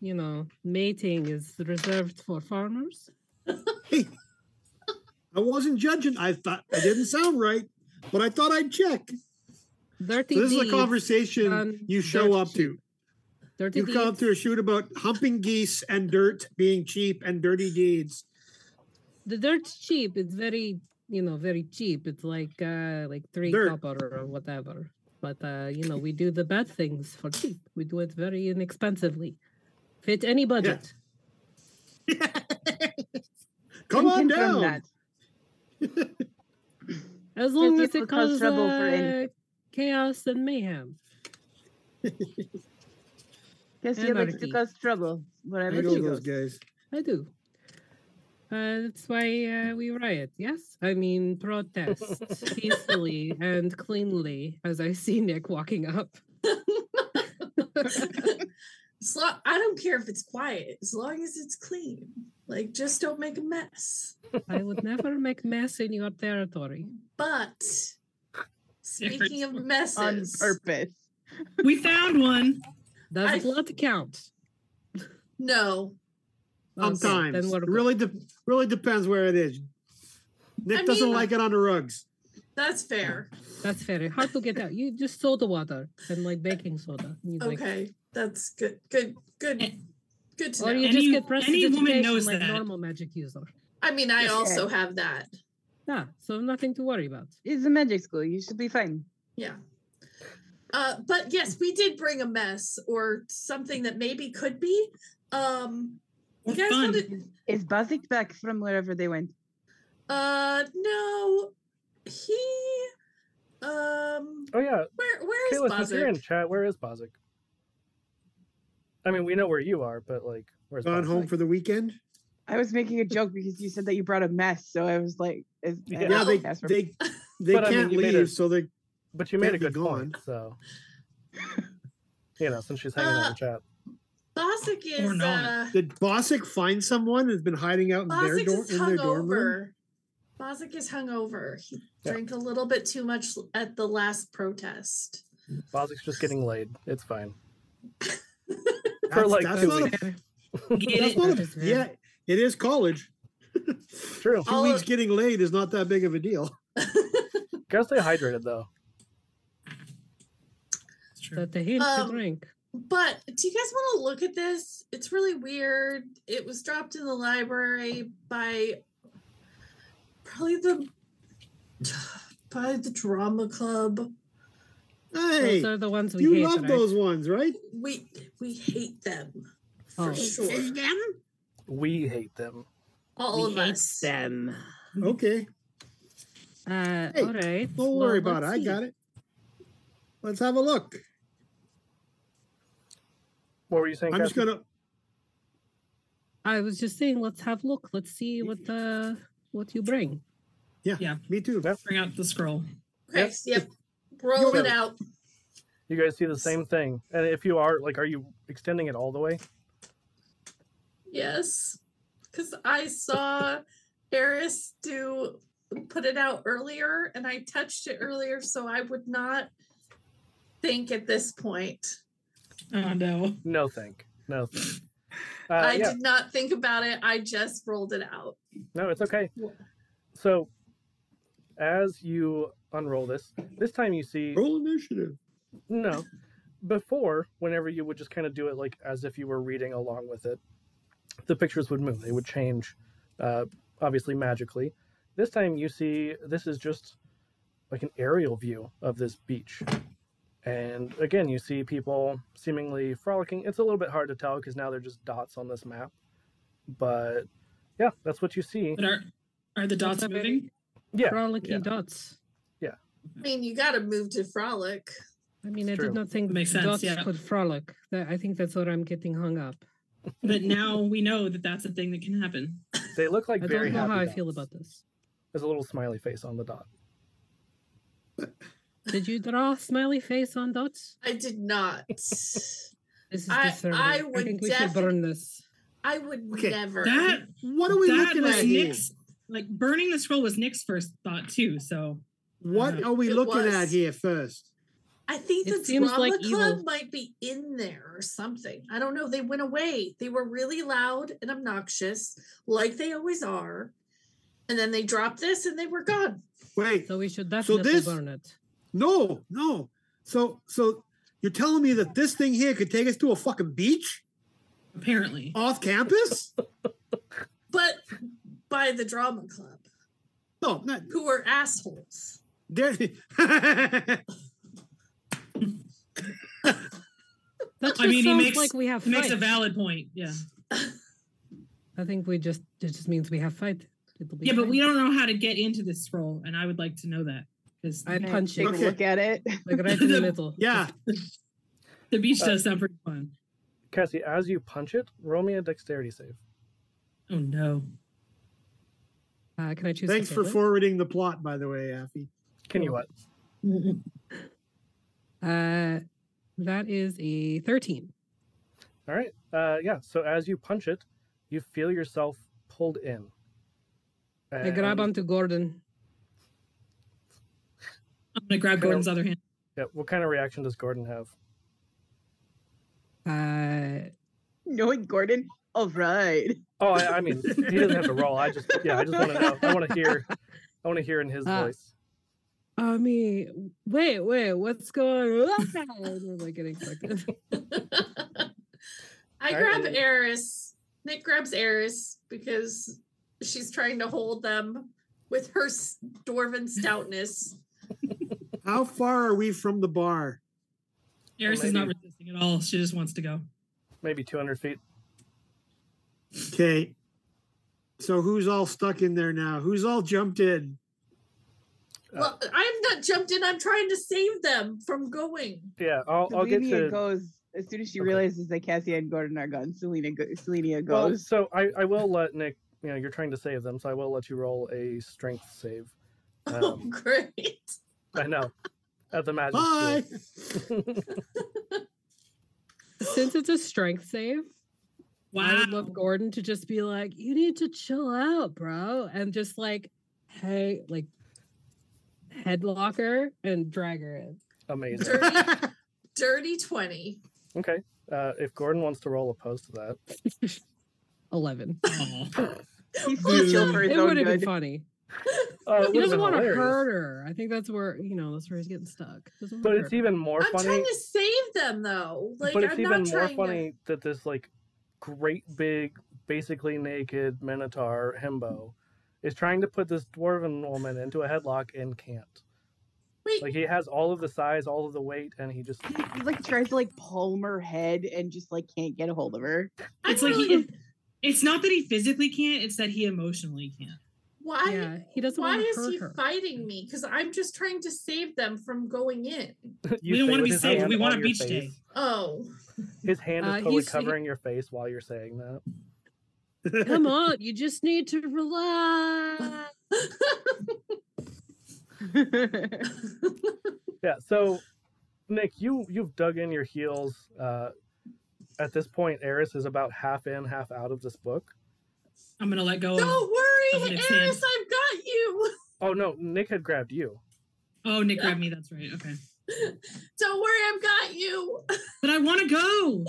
you know, mating is reserved for farmers.
Hey, I wasn't judging. I thought I didn't sound right, but I thought I'd check.
Dirty
So this is a
deeds-
conversation
done
you show
dirt
up to.
cheap. Dirty
You come
deeds.
to a shoot about humping geese and dirt being cheap and dirty deeds.
The dirt's cheap. It's very, you know, very cheap. It's like uh like three
Dirt.
copper or whatever. But uh, you know, we do the bad things for cheap. We do it very inexpensively. Fit any budget.
Come
Can
on
confirm
down.
that.
As long
you
as
will
it
cause
causes
trouble for
uh,
any-
chaos and mayhem.
Guess you like to
Anarchy.
cause trouble
I
wherever
know
she
those
goes.
guys.
I do. Uh, that's why uh, we riot, yes? I mean, protest peacefully and cleanly, as I see Nick walking up.
As lo- I don't care if it's quiet, as long as it's clean. Like, just don't make a mess.
I would never make mess in your territory.
But speaking of
On
messes,
purpose.
We found one.
Does
I-
blood count?
no,
Okay,
Sometimes
then we're good.
really de- really depends where it is. Nick
I
doesn't
mean-
like it on the rugs.
that's fair.
That's very hard to get out. You just soda water and like baking soda. and you, like-
Okay, that's good. Good, good, good to
or you just
know.
Any-
get
any woman
prestidigitation
knows
like
that.
normal magic user.
I mean, I
Yeah.
also have that.
Yeah, so nothing to worry about.
It's a magic school. You should be fine.
Yeah. Uh, but yes, we did bring a mess or something that maybe could be. Um, you
Or
guys
fun.
wanna-
Is Bazik back from wherever they went?
Uh, no, he. Um,
Oh yeah,
where where is
Kayla, since you're in
Bozic?
chat, where is Bozic? I mean, we know where you are, but like, where's
Gone
Bozic?
home for the weekend.
I was making a joke because you said that you brought a mess, so I was like, is, I
Yeah.
Yeah, they
guess we're-
they they
But, I mean,
can't
you made a-
leave, so they
But you made
Can't
a
be
good point,
gone.
so you know, since she's hanging out in
Uh,
chat.
Bozic is uh,
not.
Did Bosick find someone who's been hiding out in their
Bozic
dorm
is
in their dorm room?
hungover. Bozic is hungover. He
Yeah.
drank a little bit too much l- at the last protest.
Bozic's just getting laid. It's fine.
That's,
like
that's
two
not
weeks.
a,
Get
that's
it?
not
That
a
is very-
yeah. It is college.
True.
Two
All
weeks
of-
getting laid is not that big of a deal.
Gotta stay hydrated though.
It's true.
That's a hint
Um,
to drink.
But do you guys want to look at this? It's really weird. It was dropped in the library by probably the by the drama club.
Hey,
those are the ones we
you
hate,
love
right?
those ones, right?
We we hate them for
Oh.
sure.
We hate them.
All
we
of
hate
us.
them. Mm-hmm.
Okay.
Uh,
Hey,
all right.
Don't
well,
worry about it.
let's
I
see.
got it. Let's have a look.
What were you saying?
I'm just
Catherine?
gonna.
I was just saying, let's have a look. Let's see what the what you bring.
Me too.
Yep.
Bring out the scroll.
Okay, yep. Roll it out.
You guys see the same thing. And if you are, like, are you extending it all the way?
Yes. Because I saw Eris do put it out earlier and I touched it earlier, so I would not think at this point.
Oh no.
No, thank. No. Thank. Uh,
I
yeah.
did not think about it. I just rolled it out.
No, it's okay. So, as you unroll this, this time you see
Roll initiative.
No. Before, whenever you would just kind of do it like as if you were reading along with it, the pictures would move. They would change, uh, obviously magically. This time you see this is just like an aerial view of this beach. And again, you see people seemingly frolicking. It's a little bit hard to tell because now they're just dots on this map. But yeah, that's what you see.
But are are the dots
That's already-
moving?
Yeah,
Frolicky
yeah.
dots.
I mean, you got to move to frolic.
I mean, I
True.
did not think
Makes sense,
dots
yeah.
could frolic. That, I think that's what I'm getting hung up.
But now we know that that's a thing that can happen.
They look like
I
very
don't know
happy.
how I
dots.
feel about this.
There's a little smiley face on the dot.
Did you draw a smiley face on dots?
I did not.
This is
I-
disturbing.
I
I,
would
think we should
defi-
burn this.
I would
Okay,
never.
That
What are we
that
looking
was
at here?
Nick's like burning the scroll was Nick's first thought too. So
What
Uh,
are we
It
looking
was.
at here first?
I think
It
the
seems
drama
like
club
evil.
might be in there or something. I don't know. They went away. They were really loud and obnoxious, like they always are. And then they dropped this and they were gone.
Wait,
So we should definitely
this-
burn it.
no, no. So, so you're telling me that this thing here could take us to a fucking beach
apparently.
off campus?
But by the drama club,
No, Oh, not
who were assholes.
there.
That just
I mean, he
sounds
makes-
like we have
It makes a
fight.
valid point. Yeah.
I think we just it just means we have fight. It'll be
Yeah, but we
fine.
don't know how to get into this scroll, and I would like to know that because
I
Can
punch
take
it
a look at it.
like right in the
the-
middle.
yeah,
the beach
Uh,
does sound pretty fun.
Cassie, as you punch it, roll me a dexterity save.
Oh no.
Uh, can I choose?
thanks
something
for
else?
forwarding the plot, by the way, Affy.
Can you what?
Uh, that is a thirteen.
All right. Uh, yeah. So as you punch it, you feel yourself pulled in.
I grab
And-
onto Gordon.
I'm gonna grab
Gonna-
Gordon's other hand.
Yeah, what kind of reaction does Gordon have?
Uh,
Knowing Gordon, all right.
Oh, I, I mean, he doesn't have to roll. I just, yeah, I just want to know. I want to hear. I want to hear in his
Ah.
voice.
I mean, wait, wait, what's going on? We're, like getting excited.
I
All
grab
right.
Eris. Nick grabs Eris because she's trying to hold them with her s- dwarven stoutness.
How far are we from the bar?
Eris is not
maybe-
resisting at all. She just wants to go.
Maybe 200 feet.
Okay. So who's all stuck in there now? Who's all jumped in?
Well, I'm not jumped in. I'm trying to save them from going.
Yeah, I'll, I'll get
Selenia
to.
goes as soon as she
Okay.
realizes that Cassie and Gordon are gone. Selena, go- Selena
Well,
goes.
so I, I will let Nick. You know, you're trying to save them, so I will let you roll a strength save.
oh,
Um,
great.
I know. At the magic.
Bye.
school.
Since it's a strength save, I
Wow.
would love Gordon to just be like, "You need to chill out, bro," and just like, hey, like, headlock her and drag her in.
Amazing.
Dirty, dirty 20.
Okay. Uh, if Gordon wants to roll opposed to that,
Eleven.
Aw.
He's too chill for his
It
own
would have been
good.
funny.
uh, it
He
would've
doesn't
been
want to
hilarious.
hurt her. I think that's where you know that's where he's getting stuck. Doesn't
But
wanna
it's
hurt her.
even more
I'm
funny.
trying to save them though. Like
but it's
I'm
even
not
more
trying
funny that this like great big, basically naked Minotaur himbo is trying to put this dwarven woman into a headlock and can't.
Wait.
Like he has all of the size, all of the weight, and he just
He like tries to like palm her head and just like can't get a hold of her.
to. I'm
It's like
really,
he, It's not that he physically can't, it's that he emotionally can't.
Why?
yeah, he doesn't
Why
want to
is
hurt
he
her.
fighting me? Because I'm just trying to save them from going in.
You
We don't
say
wanna
with
be
his
saved,
hand
we want
on
a
your
beach day.
face.
Oh,
His hand is
Uh,
totally
he's- he-
covering your face while you're saying that.
Come on, you just need to relax.
Yeah. So, Nick, you you've dug in your heels. Uh, at this point, Eris is about half in, half out of this book.
I'm gonna let go
don't
of I'm
worry,
gonna
Eris,
stand.
I've got you.
Oh no, Nick had grabbed you.
Oh, Nick grabbed me, that's right. Okay.
Don't worry, I've got you.
But I wanna go.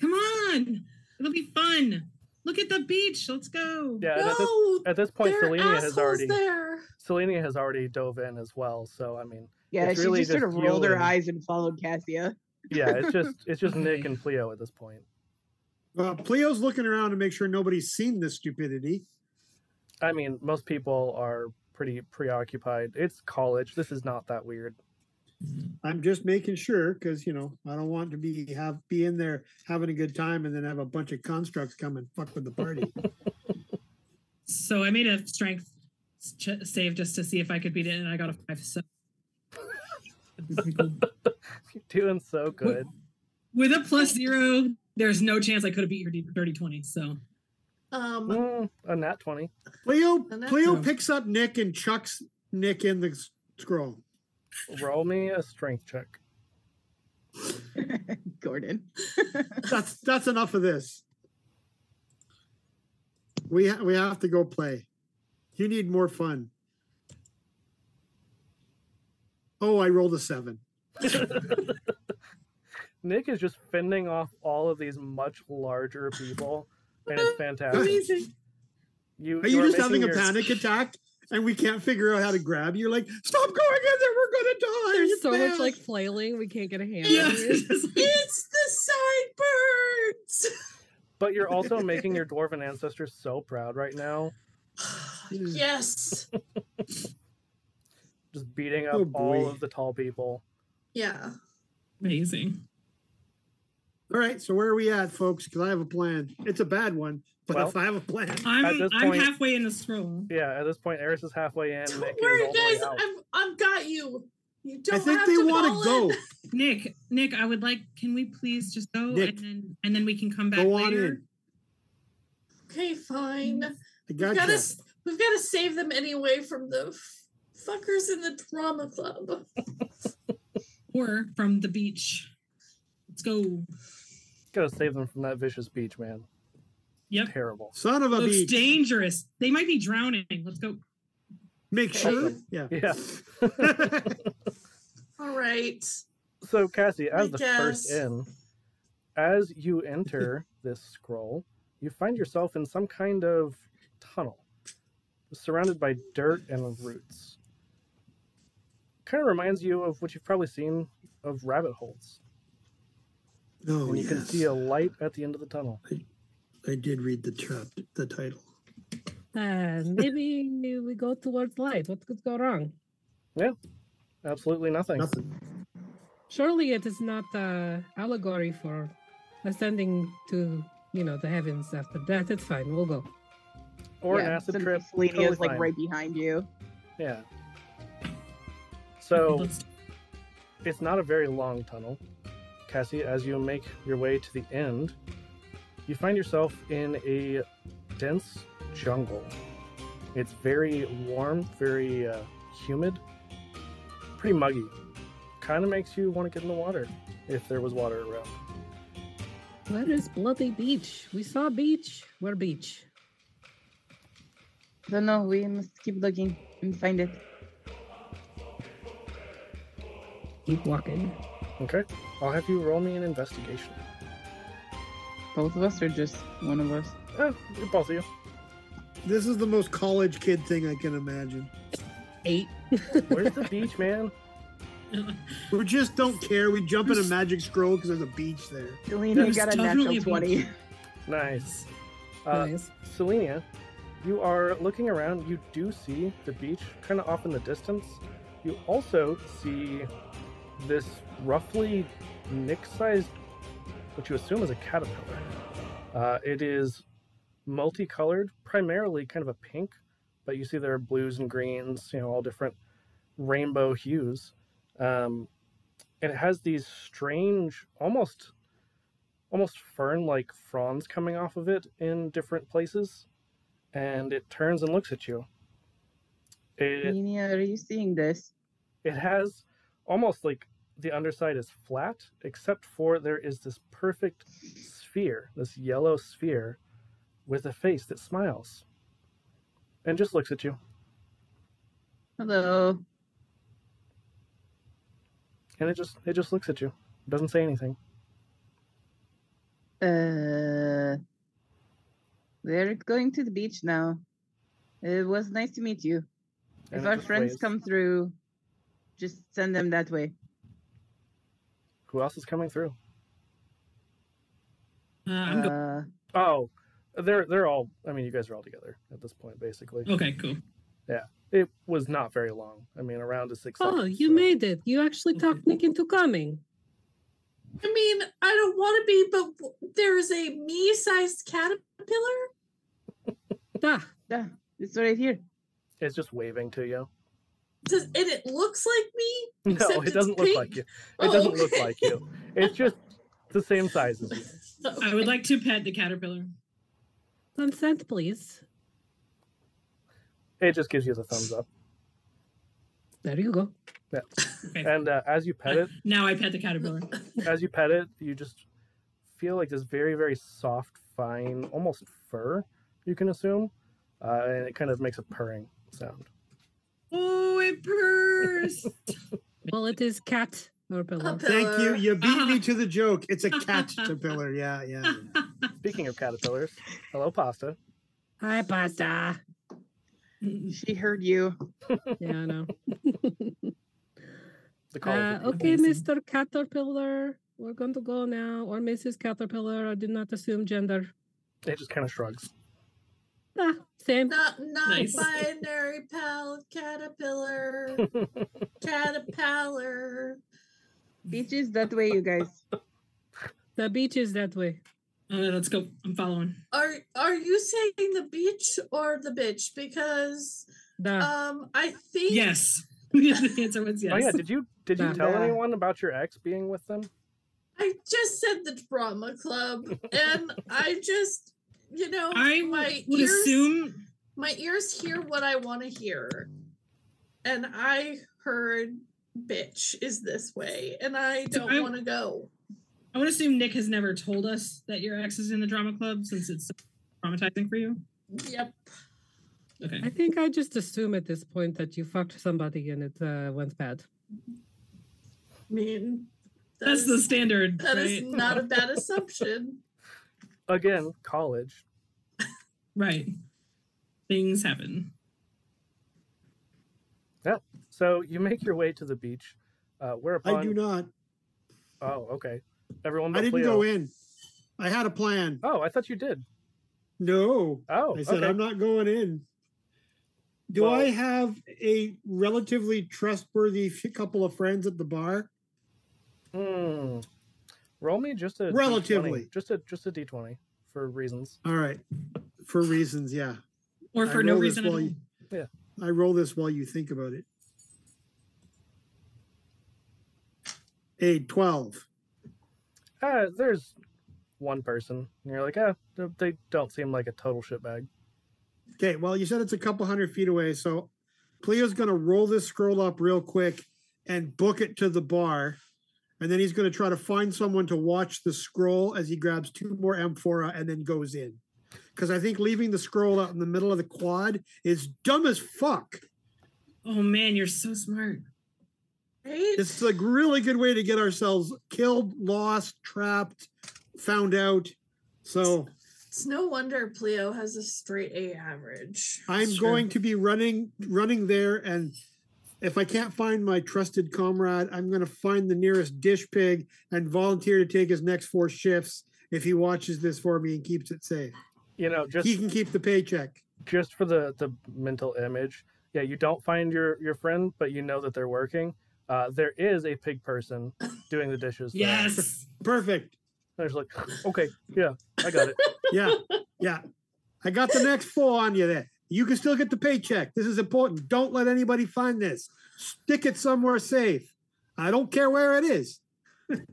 Come on. It'll be fun. Look at the beach. Let's go.
Yeah. And at this
no,
at this point,
there are
Selenia has
assholes
already
there.
Selenia has already dove in as well. So I mean,
yeah,
It's
she
really
just sort
just
of rolled
you
her
and-
eyes and followed Cassia.
yeah, it's just it's just Nick
Okay.
and Cleo at this point.
well, Pleo's looking around to make sure nobody's seen this stupidity.
I mean, most people are pretty preoccupied. It's college. This is not that weird.
I'm just making sure because you know I don't want to be have be in there having a good time and then have a bunch of constructs come and fuck with the party.
So I made a strength ch- save just to see if I could beat it, and I got a five. So
You're doing so good.
with a plus zero, there's no chance I could have beat your d- dirty twenty. So
Um,
Mm, a nat twenty.
Cleo
And that's
Cleo
a-
picks up Nick and chucks Nick in the s- scroll.
Roll me a strength check.
Gordon.
That's that's enough of this. We ha- we have to go play. You need more fun. Oh, I rolled a seven.
Nick is just fending off all of these much larger people, and it's fantastic.
amazing.
You
Are you
are
just having
making
a
your-
panic attack and we can't figure out how to grab you? You're like, stop going in there. We're gonna die.
There's
It's
so much
bad."
like flailing, we can't get a handle.
yeah,
on it.
It's the
But you're also making your dwarven ancestors so proud right now,
sideburns. yes.
just beating up
Oh, boy.
all of the tall people.
Yeah.
amazing.
All right, so where are we at, folks? Because I have a plan. It's a bad one, but
Well-
if I have a plan,
I'm
At this
I'm
point-
halfway in the scroll.
Yeah, at this point, Eris is halfway in.
Don't
Nick is
worry,
all the way
guys.
out.
I've I've got you. You don't
I think
have
they
to
want
call
to go.
in.
Nick, Nick, I would like. Can we please just go
Nick,
and then and then we can come back
Go on
later.
in.
Okay, fine.
I
We've
got
got
you.
to we've got to save them anyway from the f- fuckers in the drama club.
Or from the beach. Let's go.
Gotta save them from that vicious beach, man.
Yep.
Terrible.
Son of a
Looks
bee.
dangerous. They might be drowning. Let's go.
Make sure. Yeah.
Yeah.
All right.
So Cassie, as
I
the first
guess.
in, as you enter this scroll, you find yourself in some kind of tunnel, surrounded by dirt and roots. Kind of reminds you of what you've probably seen of rabbit holes,
Oh,
and you can
yes.
see a light at the end of the tunnel.
I did read the trap, the title.
Uh, maybe we go towards light. What could go wrong?
Absolutely nothing.
Nothing.
Surely it is not uh, allegory for ascending to you know the heavens after death. It's fine. We'll go.
Or an
Yeah,
acid
suddenly
trip.
Selenia's
totally
like
fine.
right behind you.
Yeah. So
Let's-
it's not a very long tunnel. Cassie, as you make your way to the end, you find yourself in a dense jungle. It's very warm, very uh, humid, pretty muggy. Kind of makes you want to get in the water if there was water around.
Where is bloody beach? We saw beach. Where beach?
Don't know. We must keep looking and find it.
Keep walking.
Okay, I'll have you roll me an investigation.
Both of us or just one of us?
Eh, both of you.
This is the most college kid thing I can imagine.
Eight.
Where's the beach, man?
uh,
We just don't care. We jump in a magic scroll because there's a beach there.
Selena
There's
got a
definitely
natural
a
twenty.
Nice. Uh,
nice.
Selenia, you are looking around. You do see the beach kind of off in the distance. You also see this roughly Nick sized, what you assume is a caterpillar. Uh, it is multicolored, primarily kind of a pink, but you see there are blues and greens, you know, all different rainbow hues. Um, and it has these strange, almost almost fern-like fronds coming off of it in different places. And it turns and looks at you. It,
Nina, are you seeing this?
it has almost like the underside is flat except for there is this perfect sphere this yellow sphere with a face that smiles and just looks at you
Hello.
and it just it just looks at you doesn't say anything
Uh, we're going to the beach now. It was nice to meet you.
and
if
it
our
just
friends
waves.
come through, just send them that way.
who else is coming through
Uh, I'm go-
Uh,
oh they're they're all i mean you guys are all together at this point basically
Oh.
okay, cool.
it was not very long i mean around a six
Oh,
seconds,
you
so- Mm-hmm.
made it. You actually talked Nick into coming.
I mean, I don't want to be, but w- there's a me-sized caterpillar.
Da.
yeah, it's right here.
it's just waving to you
Does, and it looks like me.
no
except
it
it's
doesn't look
pink.
like you it
Oh,
doesn't
okay.
look like you it's just the same size as you
Okay.
I would like to pet the caterpillar.
Consent, please.
it just gives you the thumbs up
There you go.
and uh, as you pet it
Now I pet the caterpillar.
as you pet it you just feel like this very very soft fine almost fur you can assume uh, and it kind of makes a purring sound
Oh, it purrs.
Well, it is cat or pillow.
Thank you.
Caterpillar.
Uh,
You beat me to the joke. It's a caterpillar. Yeah, yeah. yeah.
speaking of caterpillars hello pasta
Hi, pasta.
She heard you.
Yeah, I know.
the call
Uh,
is
okay,
amazing.
Mr. Caterpillar, we're going to go now. Or Mrs. Caterpillar, I did not assume gender.
it just kind of shrugs
Ah, same.
Not not
Nice.
binary pal caterpillar.
Oh,
caterpillar.
Beach is that way, you guys.
The beach is that way.
All right, Uh, let's go. I'm following.
Are are you saying the beach or the bitch? Because
Da.
um I think
Uh, Yes. the answer was yes.
oh yeah did you did you
Yeah.
tell anyone about your ex being with them
I just said the drama club and I just you know
I
Oh my
would
ears
assume
my ears hear what I want to hear. And I heard bitch is this way and I
So
don't
I'm-
want to go.
I would assume Nick has never told us that your ex is in the drama club since it's so traumatizing for you.
Yep.
Okay.
I think I just assume at this point that you fucked somebody and it uh, went bad.
I mean that
That's the
is-
standard,
that is
right?
not a bad assumption.
again college
right. Things happen.
so you make your way to the beach uh whereupon
I do not.
oh okay everyone but
I didn't
Cleo.
go in. I had a plan.
oh i thought you did
No.
oh
I said,
okay.
I'm not going in. Do
Well-
I have a relatively trustworthy f- couple of friends at the bar?
Hmm. Roll me just a d20,
Relatively.
just a just a d twenty for reasons.
All right. For reasons, yeah.
Or
I
for no
roll this
reason at
while
all.
you-
Yeah.
I roll this while you think about it. A 12.
Ah, there's one person, and you're like, ah, th- they don't seem like a total shitbag.
Okay, well, you said it's a couple hundred feet away, so Cleo's going to roll this scroll up real quick and book it to the bar. And then he's going to try to find someone to watch the scroll as he grabs two more amphora and then goes in. Because I think leaving the scroll out in the middle of the quad is dumb as fuck.
Oh man, you're so smart.
Right?
It's a really good way to get ourselves killed, lost, trapped, found out. So
It's no wonder Pleo has a straight A average.
I'm
Sure.
going to be running running there and if I can't find my trusted comrade, I'm going to find the nearest dish pig and volunteer to take his next four shifts if he watches this for me and keeps it safe.
You know, just
he can keep the paycheck.
just for the the mental image. Yeah, you don't find your your friend, but you know that they're working. Uh, there is a pig person doing the dishes. there.
Yes.
Perfect.
There's like, okay, yeah, I got it.
Yeah. Yeah. I got the next four on you there. You can still get the paycheck. This is important. Don't let anybody find this. Stick it somewhere safe. I don't care where it is. and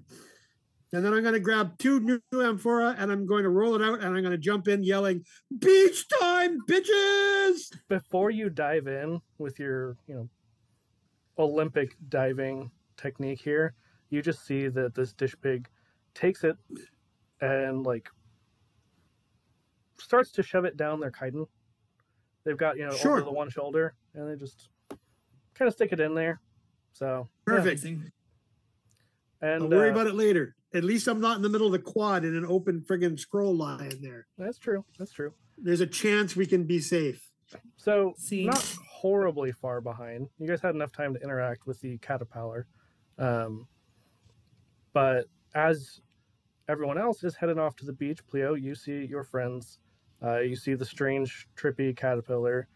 then I'm going to grab two new amphora and I'm going to roll it out and I'm going to jump in yelling, Beach time, bitches!
before you dive in with your you know olympic diving technique here you just see that this dish pig takes it and like starts to shove it down their chitin they've got you know
Sure.
over the one shoulder and they just kind of stick it in there so
Perfect.
and
I'll worry
uh,
about it later. At least I'm not in the middle of the quad in an open friggin' scroll line there.
that's true that's true
There's a chance we can be safe.
so
See.
not horribly far behind. You guys had enough time to interact with the caterpillar, um, but as everyone else is headed off to the beach, Pleo, you see your friends. Uh, you see the strange, trippy caterpillar.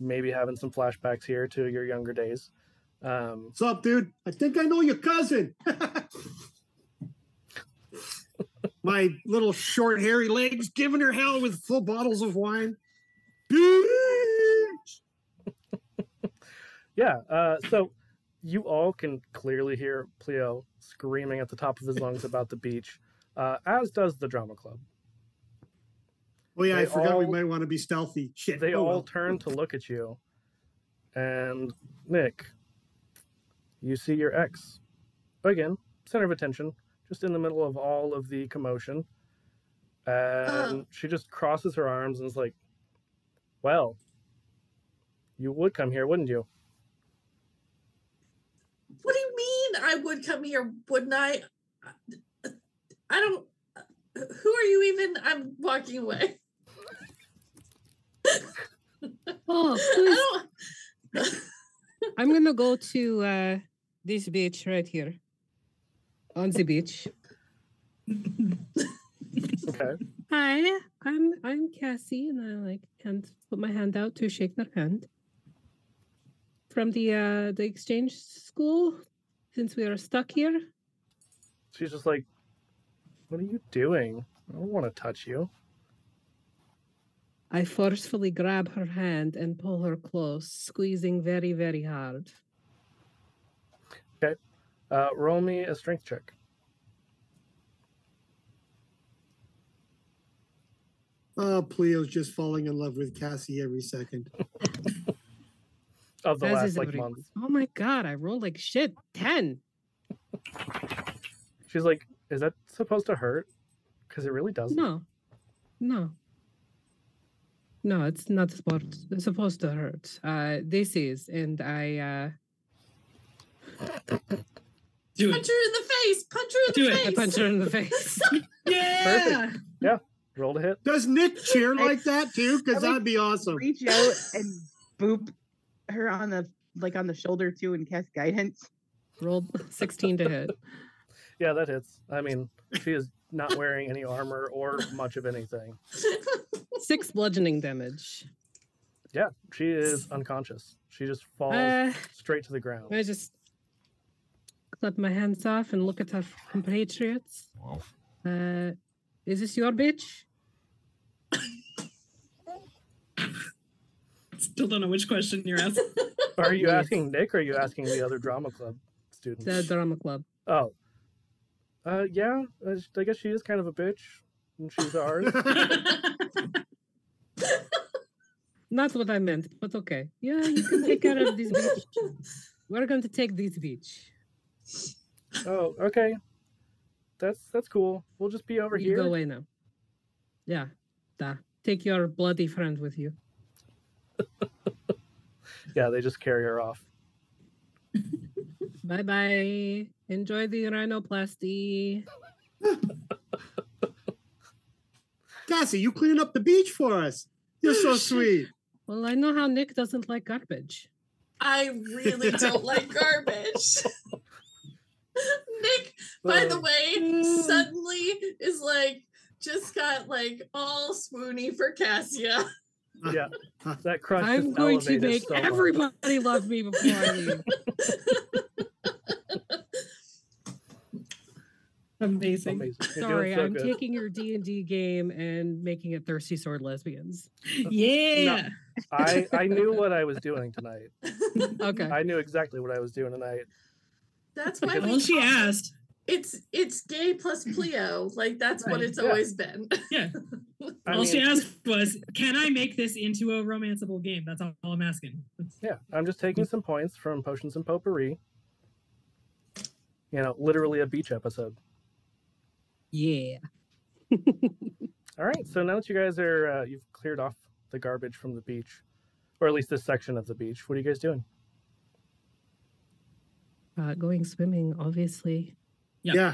Maybe having some flashbacks here to your younger days. Um,
What's up, dude? I think I know your cousin. My little short, hairy legs giving her hell with full bottles of wine. Bitch!
yeah. Uh, so you all can clearly hear Pleo screaming at the top of his lungs about the beach, uh, as does the drama club.
Oh, yeah, I
They
forgot we
all-
might want to be stealthy. Shit.
they
oh
all
well.
turn to look at you. And Nick, you see your ex again, center of attention, just in the middle of all of the commotion. And she just crosses her arms and is like, Well, you would come here, wouldn't you?
What do you mean I would come here, wouldn't I? I don't. Who are you even? I'm walking away.
Oh,
I don't.
I'm gonna go to uh, this beach right here. On the beach.
Okay.
Hi, I'm I'm Cassie, and I like hand put my hand out to shake their hand. From the uh, the exchange school, since we are stuck here.
She's just like, What are you doing? I don't want to touch you.
I forcefully grab her hand and pull her close, squeezing very, very hard.
Uh, roll me a strength check.
Oh, Pleo's just falling in love with Cassie every second.
Of the
As
last
is
like
everyone.
month.
Oh my god, I rolled like shit. 10.
She's like, Is that supposed to hurt? Because it really doesn't.
No, no, no. It's not supposed supposed to hurt. Uh, this is, and I. Uh,
Do
Punch
it.
her in the face. Punch her in
Do
the
it.
face.
I punch her in the face.
Yeah.
Roll to hit.
Does Nick cheer
I-
like that too? Because
I like-
that'd be awesome.
Reach out and boop her on the like on the shoulder too and cast guidance.
Rolled 16 to hit.
Yeah, that hits. I mean, she is not wearing any armor or much of anything.
Six bludgeoning damage.
Yeah, she is unconscious. She just falls
Uh,
straight to the ground.
I just clap my hands off and look at our compatriots.
Wow.
Uh, is this your bitch?
Still don't know which question you're asking.
Are you
Yes.
asking Nick or are you asking the other drama club students?
The drama club.
Oh. Uh, yeah, I s- I guess she is kind of a bitch. And she's ours.
Not what I meant, but okay. Yeah, you can take care of this bitch. We're going to take this bitch.
oh, okay. That's that's cool. We'll just be over
you
here.
go away now. Yeah, da. Take your bloody friend with you.
Yeah, they just carry her off.
Bye bye. Enjoy the rhinoplasty.
Cassie, you clean up the beach for us. You're so sweet.
Well, I know how Nick doesn't like garbage.
I really don't like garbage. Nick, by the
Uh,
way,
Mm.
suddenly is like just got like all swoony for Cassia.
Yeah, that crush
I'm
just
going to
elevated
make
so much.
everybody love me before I leave.
Amazing.
Amazing. You're doing
Sorry,
so
I'm
good.
taking your D and D game and making it thirsty sword lesbians.
Yeah.
I, I knew what I was doing tonight.
Okay,
I knew exactly what I was doing tonight.
That's why we
Well, she
call it-
asked.
It's it's gay plus pleo. Like that's what
Right.
it's
Yeah.
always been.
I
all she
mean,
asked was, "Can I make this into a romanceable game?" That's all I'm asking.
yeah, I'm just taking some points from Potions and Potpourri. You know, literally a beach episode.
yeah.
All right, so now that you guys are, uh, you've cleared off the garbage from the beach, or at least this section of the beach, what are you guys doing?
Uh, going swimming, obviously.
Yeah.
Yeah.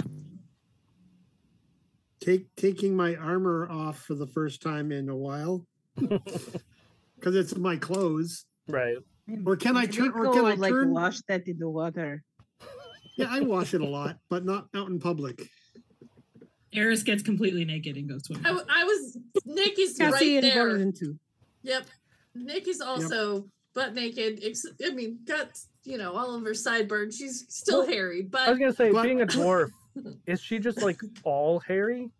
Take taking my armor off for the first time in a while. Because it's my clothes.
Right.
Or can I
Did
turn
you
or can
go,
I
like
turn
wash that in the water?
Yeah, I wash it a lot, but not out in public.
Eris gets completely naked and goes swimming.
I, w- I was Nick is
Cassie
right
and
there.
Vernon too.
Yep. Nick is also butt naked. Ex- I mean, got you know all over sideburns. She's still
I
hairy,
was
but
gonna say,
But-
being a dwarf, is she just like all hairy?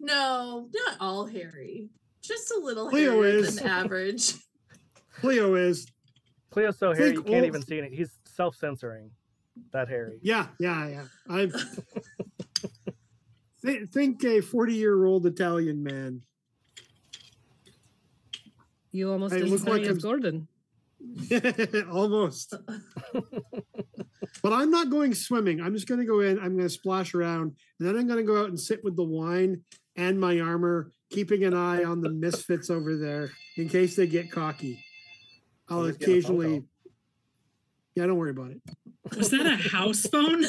no, not all hairy. Just a little
Cleo
hairier
is.
than average.
Cleo is
Cleo's so hairy
Think
you can't
all-
even see it. He's self-censoring. That hairy.
yeah, yeah, yeah. I Thi- think a forty-year-old Italian man.
You almost
I
did
look
something
like
as
I'm-
Gordon.
Almost. but I'm not going swimming. I'm just going to go in. I'm going to splash around. And then I'm going to go out and sit with the wine and my armor, keeping an eye on the misfits over there in case they get cocky. I'll
Somebody's getting a phone
occasionally. Yeah, don't worry about it.
Was that a house phone?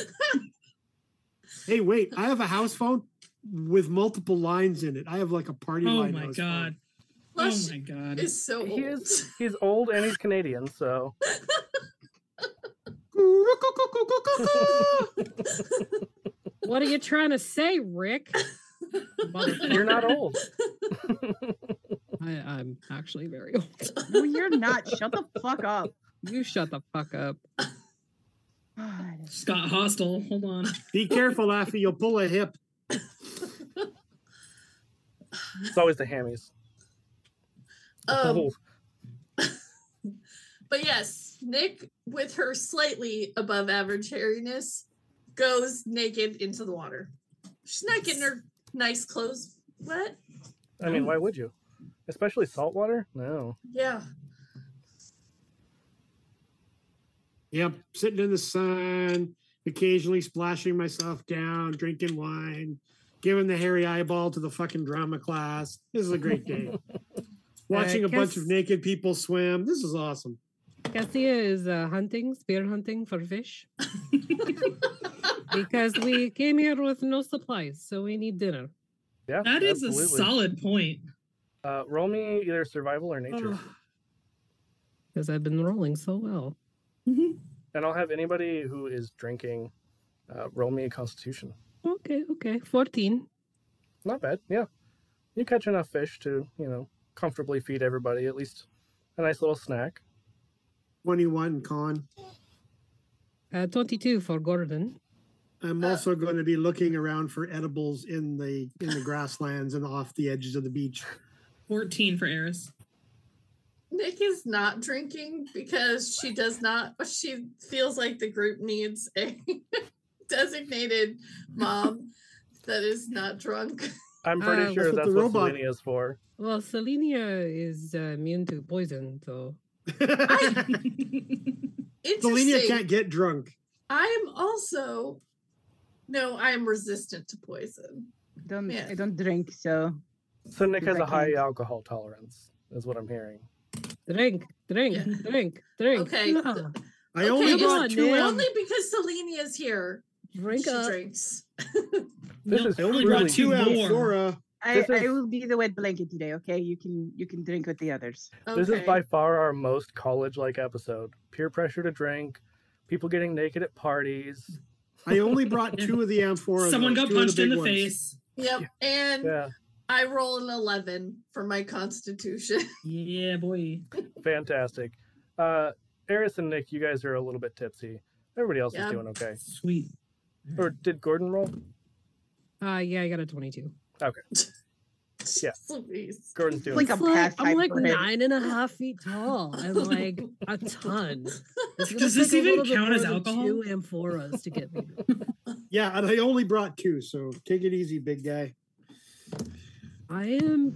Hey, wait. I have a house phone with multiple lines in it. I have like a party
Oh
line.
my
house
god. Oh
Lush
my god.
is so
He
old.
is he's old and he's Canadian, so
phone.
What are you trying to say, Rick?
you're
Motherfucker.
not old.
I, I'm actually very old.
No, you're not. Shut the fuck up.
You shut the fuck up.
God.
Scott Hostel. Hold on.
Be careful, Affy. You'll pull a hip.
It's always the hammies.
Um,
Oh,
But yes, Nick, with her slightly above average hairiness, goes naked into the water. She's not getting her nice clothes wet.
I
Oh.
mean, why would you? Especially saltwater? No.
Yeah.
Yep, sitting in the sun, occasionally splashing myself down, drinking wine, giving the hairy eyeball to the fucking drama class. This is a great day. Watching a bunch
guess-
of naked people swim. This is awesome.
Cassia is uh, hunting, spear hunting for fish. because we came here with no supplies, so we need dinner.
Yeah.
That is a
absolutely.
solid point.
Uh, roll me either survival or nature,
Because I've been rolling so well.
and I'll have anybody who is drinking uh, roll me a Constitution.
Okay, okay. 14.
Not bad. Yeah, you catch enough fish to you know comfortably feed everybody at least a nice little snack.
21 con.
Uh, 22 for Gordon.
I'm
Uh,
also going to be looking around for edibles in the in the grasslands and off the edges of the beach.
14 for Eris.
Nick is not drinking because she does not, she feels like the group needs a designated mom that is not drunk.
I'm pretty
Uh,
sure
Ah, that's what
that's
the
what
robot-
Selenia is for.
Well, Selenia is uh, immune to poison, so.
Selenia
Interesting.
can't get drunk.
I'm also, no, I'm resistant to poison.
Don't
Yeah.
I don't drink, so
So Nick has a high
Exactly.
alcohol tolerance, is what I'm hearing.
Drink, drink,
Yeah.
drink, drink.
Okay.
Yeah.
I
Okay,
only
come
brought
on,
two
man.
em-
Only because Selenia is here,
Drink
she
up.
drinks.
This
Nope,
is
I only brought
really-
two
two
more.
amphora.
I,
This
I
is-
will be the wet blanket today, okay? You can you can drink with the others.
This is
Okay.
by far our most college-like episode. Peer pressure to drink, people getting naked at parties.
I only brought two of the amphoras.
Someone
though,
got
two of
punched in
big
the
ones.
face.
Yep. And
Yeah,
I roll an 11 for my constitution.
Yeah, boy.
fantastic. Uh, Eris and Nick, you guys are a little bit tipsy. Everybody else
Yeah.
is doing okay.
Sweet.
Or did Gordon roll?
Uh, yeah, I got a 22.
Yeah.
Please.
Gordon's doing.
Like a
It's like-
past
I'm
high
like
for him.
nine and a half feet tall and like a ton. It's gonna take
Does this
a
even
little bit
count
more
as
than
alcohol?
Two amphoras to get me.
Yeah, and I only brought two, so take it easy, big guy.
I am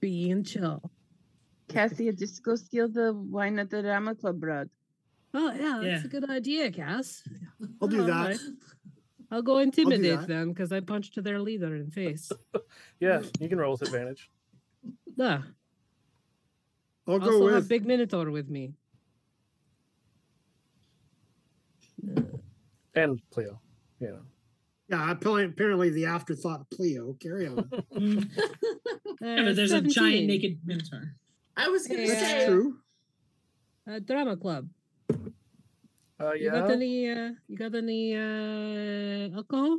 being chill.
Cassia, just go steal the wine at the Rama Club brought.
Oh yeah, that's
Yeah.
a good idea, Cass.
I'll do
All
that.
right. I'll go intimidate
that.
them because I punched their leader in face.
Yeah, you can roll with advantage.
Nah,
I'll
also
go
have
with.
Big Minotaur with me.
And Pleo. You know.
Yeah, apparently, apparently the afterthought Pleo. Carry on.
Mm. Yeah,
Uh,
but there's a
17,
giant naked mentor.
I was gonna
Yeah.
That's
say
true.
uh, drama club.
Uh,
You got
yeah.
any? Uh, you got any uh, alcohol?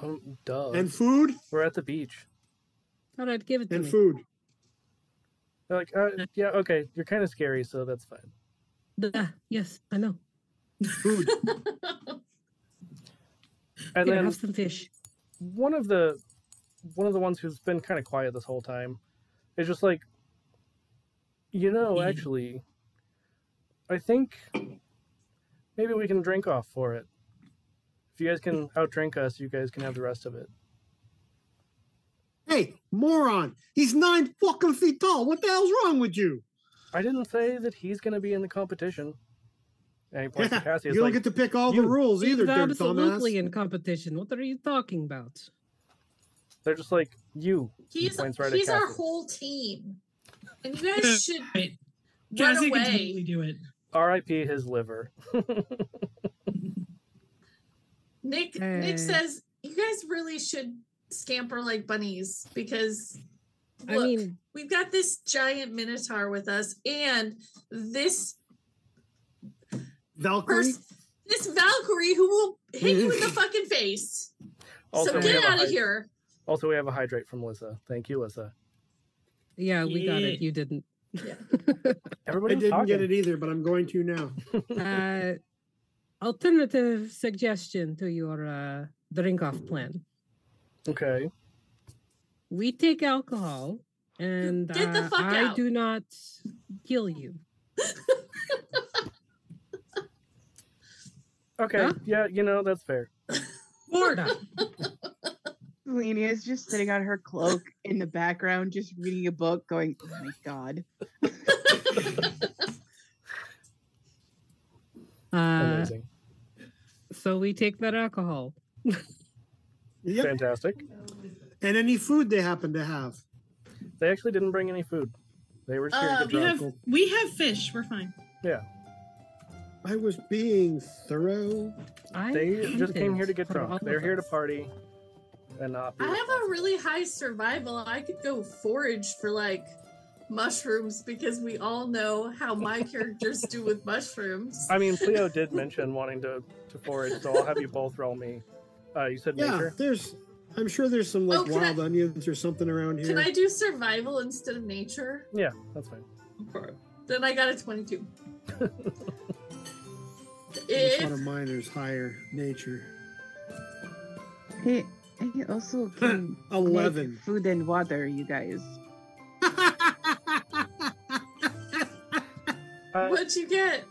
Um, duh.
And food
We're at the beach.
All right, give it to
and
me.
food.
They're like, uh, yeah, okay, you're kind of scary, so that's fine.
Duh, yes, I know.
Food.
And
Here,
then
have some fish.
one of the one of the ones who's been kind of quiet this whole time is just like you know
Mhm.
actually i think maybe we can drink off for it if you guys can outdrink us you guys can have the rest of it
Hey, moron! He's nine fucking feet tall. What the hell's wrong with you?
i didn't say that he's going to be in the competition and he points to
Yeah,
cassie
you
is
don't
like
get to pick all
you-
the rules either,
He's
dirt
absolutely
dumbass.
in competition. What are you talking about?
they're just like you
he's
points right at
he's our
Cassie.
whole team. And you guys should
Right.
run
Cassie can totally
away.
do it.
rip his liver
Nick Nick
Uh,
says you guys really should scamper like bunnies because
I
look,
mean,
we've got this giant minotaur with us and this
Valkyrie.
person this Valkyrie who will hit you in the fucking face.
also,
so
we have
get
a
out of
hyd-
here.
also we have a hydrate from lissa thank you lissa
yeah, we got it.
Yeah.
You didn't.
everybody
I
was
didn't
talking.
get it either, but I'm going to now.
uh, alternative suggestion to your uh, drink off plan.
okay
We take alcohol and
Get the
uh,
fuck
I
out.
do not kill you.
okay
Huh?
yeah you know that's fair
Florida.
Lena is just sitting on her cloak in the background, just reading a book, going, Oh my god.
Uh,
Amazing.
so we take that alcohol.
Yep.
Fantastic.
And any food they happen to have.
They actually didn't bring any food. They were just here to
Uh,
get
We
drunk.
have we have fish. We're fine.
I was being thorough.
I
They just came
hunted
here to get
for all
drunk. They're
of
here to
us.
party and not. be
I have a
responsible.
really high survival. I could go forage for like mushrooms because we all know how my characters do with mushrooms.
I mean, Cleo did mention wanting to, to forage, so I'll have you both roll me. Uh, you said
Yeah,
nature?
there's. I'm sure there's some like
Oh, can
wild onions or something around
Can
here.
I do survival instead of nature?
Yeah, that's fine.
Then I got a 22.
Which one of
if
mine is higher nature?
Hey, I also can make
Eleven.
food and water, you guys.
Uh,
what you get?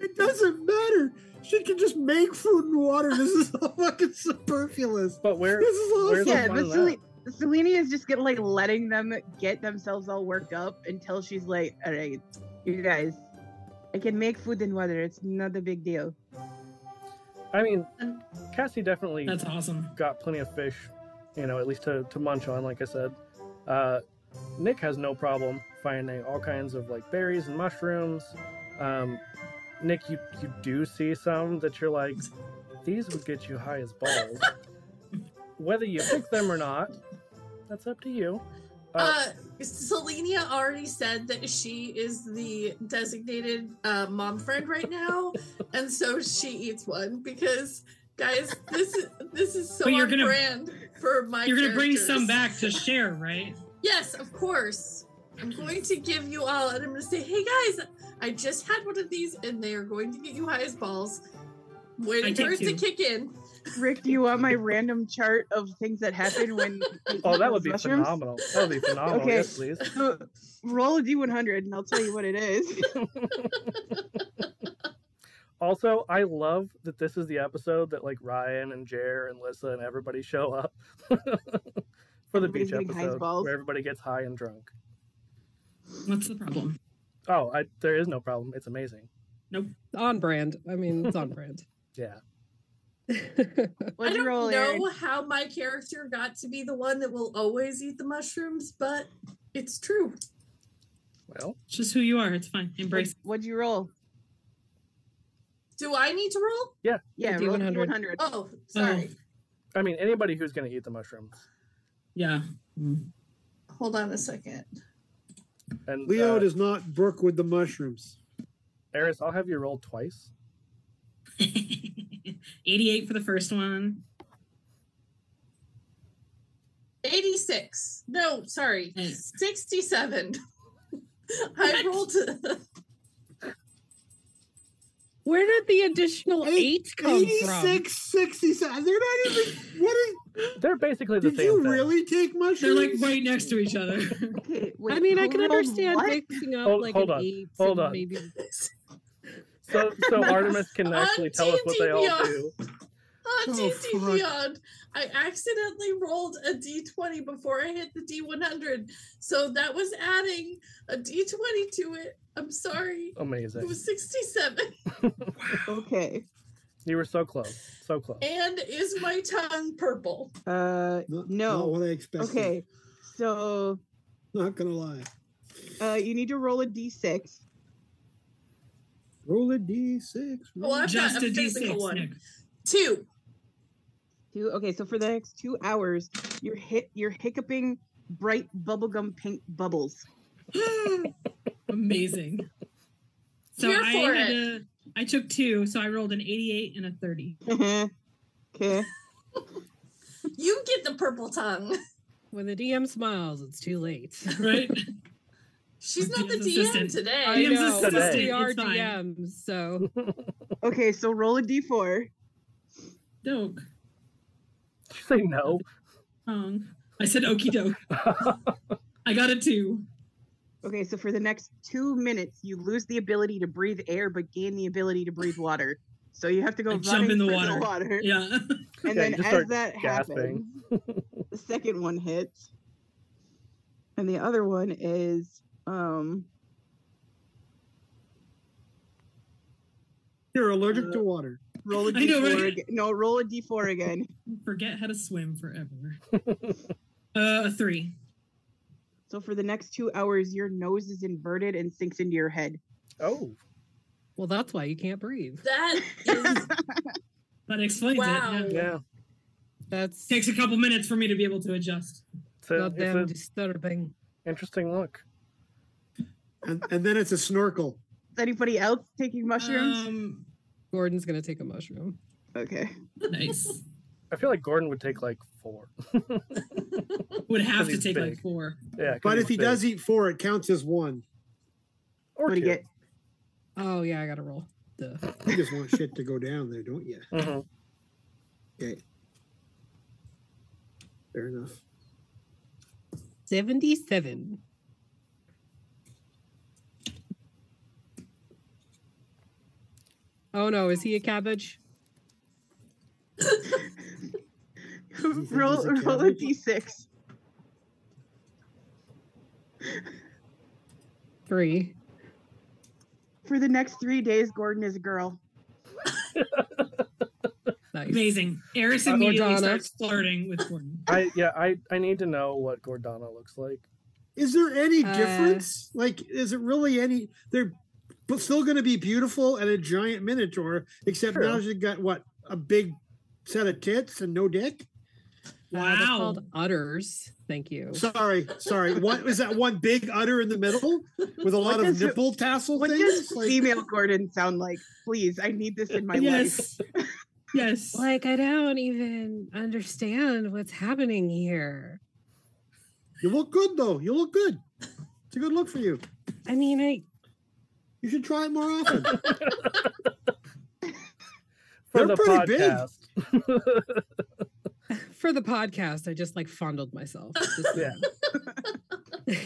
It doesn't matter. She can just make food and water. This is all fucking superfluous.
but where?
This is
Where's
awesome.
the
Yeah,
fun
but
in
Selene,
that?
Selene is just get like letting them get themselves all worked up until she's like, all right, you guys, I can make food and water. It's not a big deal.
I mean, Cassie definitely
That's awesome.
got plenty of fish, you know, at least to, to munch on, like I said. Uh, Nick has no problem finding all kinds of like berries and mushrooms. Um, Nick, you, you do see some that you're like, these would get you high as balls. Whether you pick them or not, that's up to you. Uh,
Uh, Selenia already said that she is the designated uh, mom friend right now, and so she eats one because, guys, this is this is so
But you're
on
gonna-
brand for my.
You're gonna bring some
characters.
back to share, right?
Yes, of course. I'm going to give you all, and I'm going to say, hey guys, I just had one of these, and they are going to get you high as balls. Waiting
take
for it to
two.
kick in.
Rick, do you want my random chart of things that happen when? you
Oh,
eat
that would
those
be
mushrooms?
phenomenal. That would be phenomenal.
Okay.
Yes, please.
So, roll a d100 and I'll tell you what it is.
Also, I love that this is the episode that like Ryan and Jer and Lissa and everybody show up for the
Everybody's
beach
getting high as
episode
balls.
where everybody gets high and drunk.
What's the problem?
Oh, I, there is no problem. It's amazing.
On brand. I mean, it's on brand.
Yeah.
I don't
What'd you roll,
know
Aaron?
how my character got to be the one that will always eat the mushrooms, but it's true.
Well,
It's just who you are. It's fine. Embrace.
What'd, what'd you roll?
Do I need to roll?
Yeah,
Yeah,
roll a
D100.
D100.
Oh, sorry.
I mean, anybody who's going to eat the mushrooms
Yeah.
Hold on a second.
and
Leo
uh,
does not brook with the mushrooms.
Eris, I'll have you roll twice.
88 for the first one.
86. No, sorry.
Mm.
67. I rolled a-
Where did the additional
Eight-
eight come from?
67. They're not even. What is,
They're basically the
did
same.
you
thing.
really take
They're
mushrooms?
like right next to each other.
Okay, wait,
I mean, I
who
can
rolled
understand
what?
mixing up
Hold-
like
hold
an
on,
eight
hold
and
on.
maybe
So, so Artemis can
On
actually tell us what they all
TTPR.
do.
on
Oh,
TT
fuck.
Beyond. I accidentally rolled a d20 before I hit the d100. So that was adding a d20 to it. I'm sorry. It
Amazing.
was 67.
Okay.
You were so close. So close.
And is my tongue purple?
Uh,
Not- Not
no.
what I expected.
Okay. So
Not going to lie.
uh, you need to roll a d6.
Roll a d6.
Well,
roll-
I've
Just
got a
a D6.
physical one.
Nick.
Two.
Two. Okay, so for the next two hours, you're hit. You're hiccuping bright bubblegum pink bubbles.
Amazing. So
Here
I
for
had
it.
a- I took two, so I rolled an 88 and a 30.
Uh-huh. okay.
You get the purple tongue.
when the DM smiles, it's too late.
Right?
She's not the
DM's
DM
assistant.
I
today.
DM's
know
assistant,
we are
it's fine.
DMs, so
Okay, so roll a d4.
Doke.
Did you say no?
Tongue. I said okie doke. I got a two.
Okay, so for the next two minutes, you lose the ability to breathe air, but gain the ability to breathe water. So you have to go
I
running
jump in the
for
water. Yeah.
and
Yeah, you
then
just
as
start
that
gasping.
happens, the second one hits, and the other one is um.
You're allergic to water.
Roll a
I know,
d4
right?
again. No, roll a d4 again.
Forget how to swim forever. Uh, a three.
So for the next two hours, your nose is inverted and sinks into your head.
Oh,
well, that's why you can't breathe.
That is
That explains
Wow.
it. Yeah.
yeah.
That's
Takes a couple minutes for me to be able to adjust.
It's, a, it's
goddamn
an
disturbing.
interesting look.
And, and then it's a snorkel.
Is anybody else taking mushrooms?
Um,
Gordon's gonna take a mushroom.
okay.
nice.
I feel like Gordon would take like four.
Would have
'Cause
to
he's
take
big.
like four.
Yeah. 'cause
But
he's
if he
big.
does eat four, it counts as one.
or
What do
two.
you get?
Oh yeah, I gotta roll. Duh.
You just want shit to go down there, don't you?
Mhm.
Okay. Fair enough.
Seventy-seven. Oh no, is he a cabbage?
think
roll
he's a
roll a
cabbage?
d6.
Three.
For the next three days, Gordon is a girl.
Nice.
Amazing. Eris
Uh,
immediately
Morgana.
starts flirting with Gordon.
I yeah. I I need to know what Gordana looks like.
Is there any
Uh,
difference? Like, is it really any? They're b- still going to be beautiful and a giant minotaur, except
True.
now she's got what a big set of tits and no dick.
Uh, they're
Wow.
called udders. Thank you.
Sorry, sorry. What is that? One big udder in the middle with a lot
What
of
does it-
nipple tassel
What
things.
does female Gordon sound like? Please, I need this in my life.
yes. yes.
Like I don't even understand what's happening here.
you look good though. You look good. It's a good look for you.
I mean, I
You should try it more often.
For
They're
the
pretty big.
podcast.
For the podcast, I just like fondled myself. Just-
Yeah.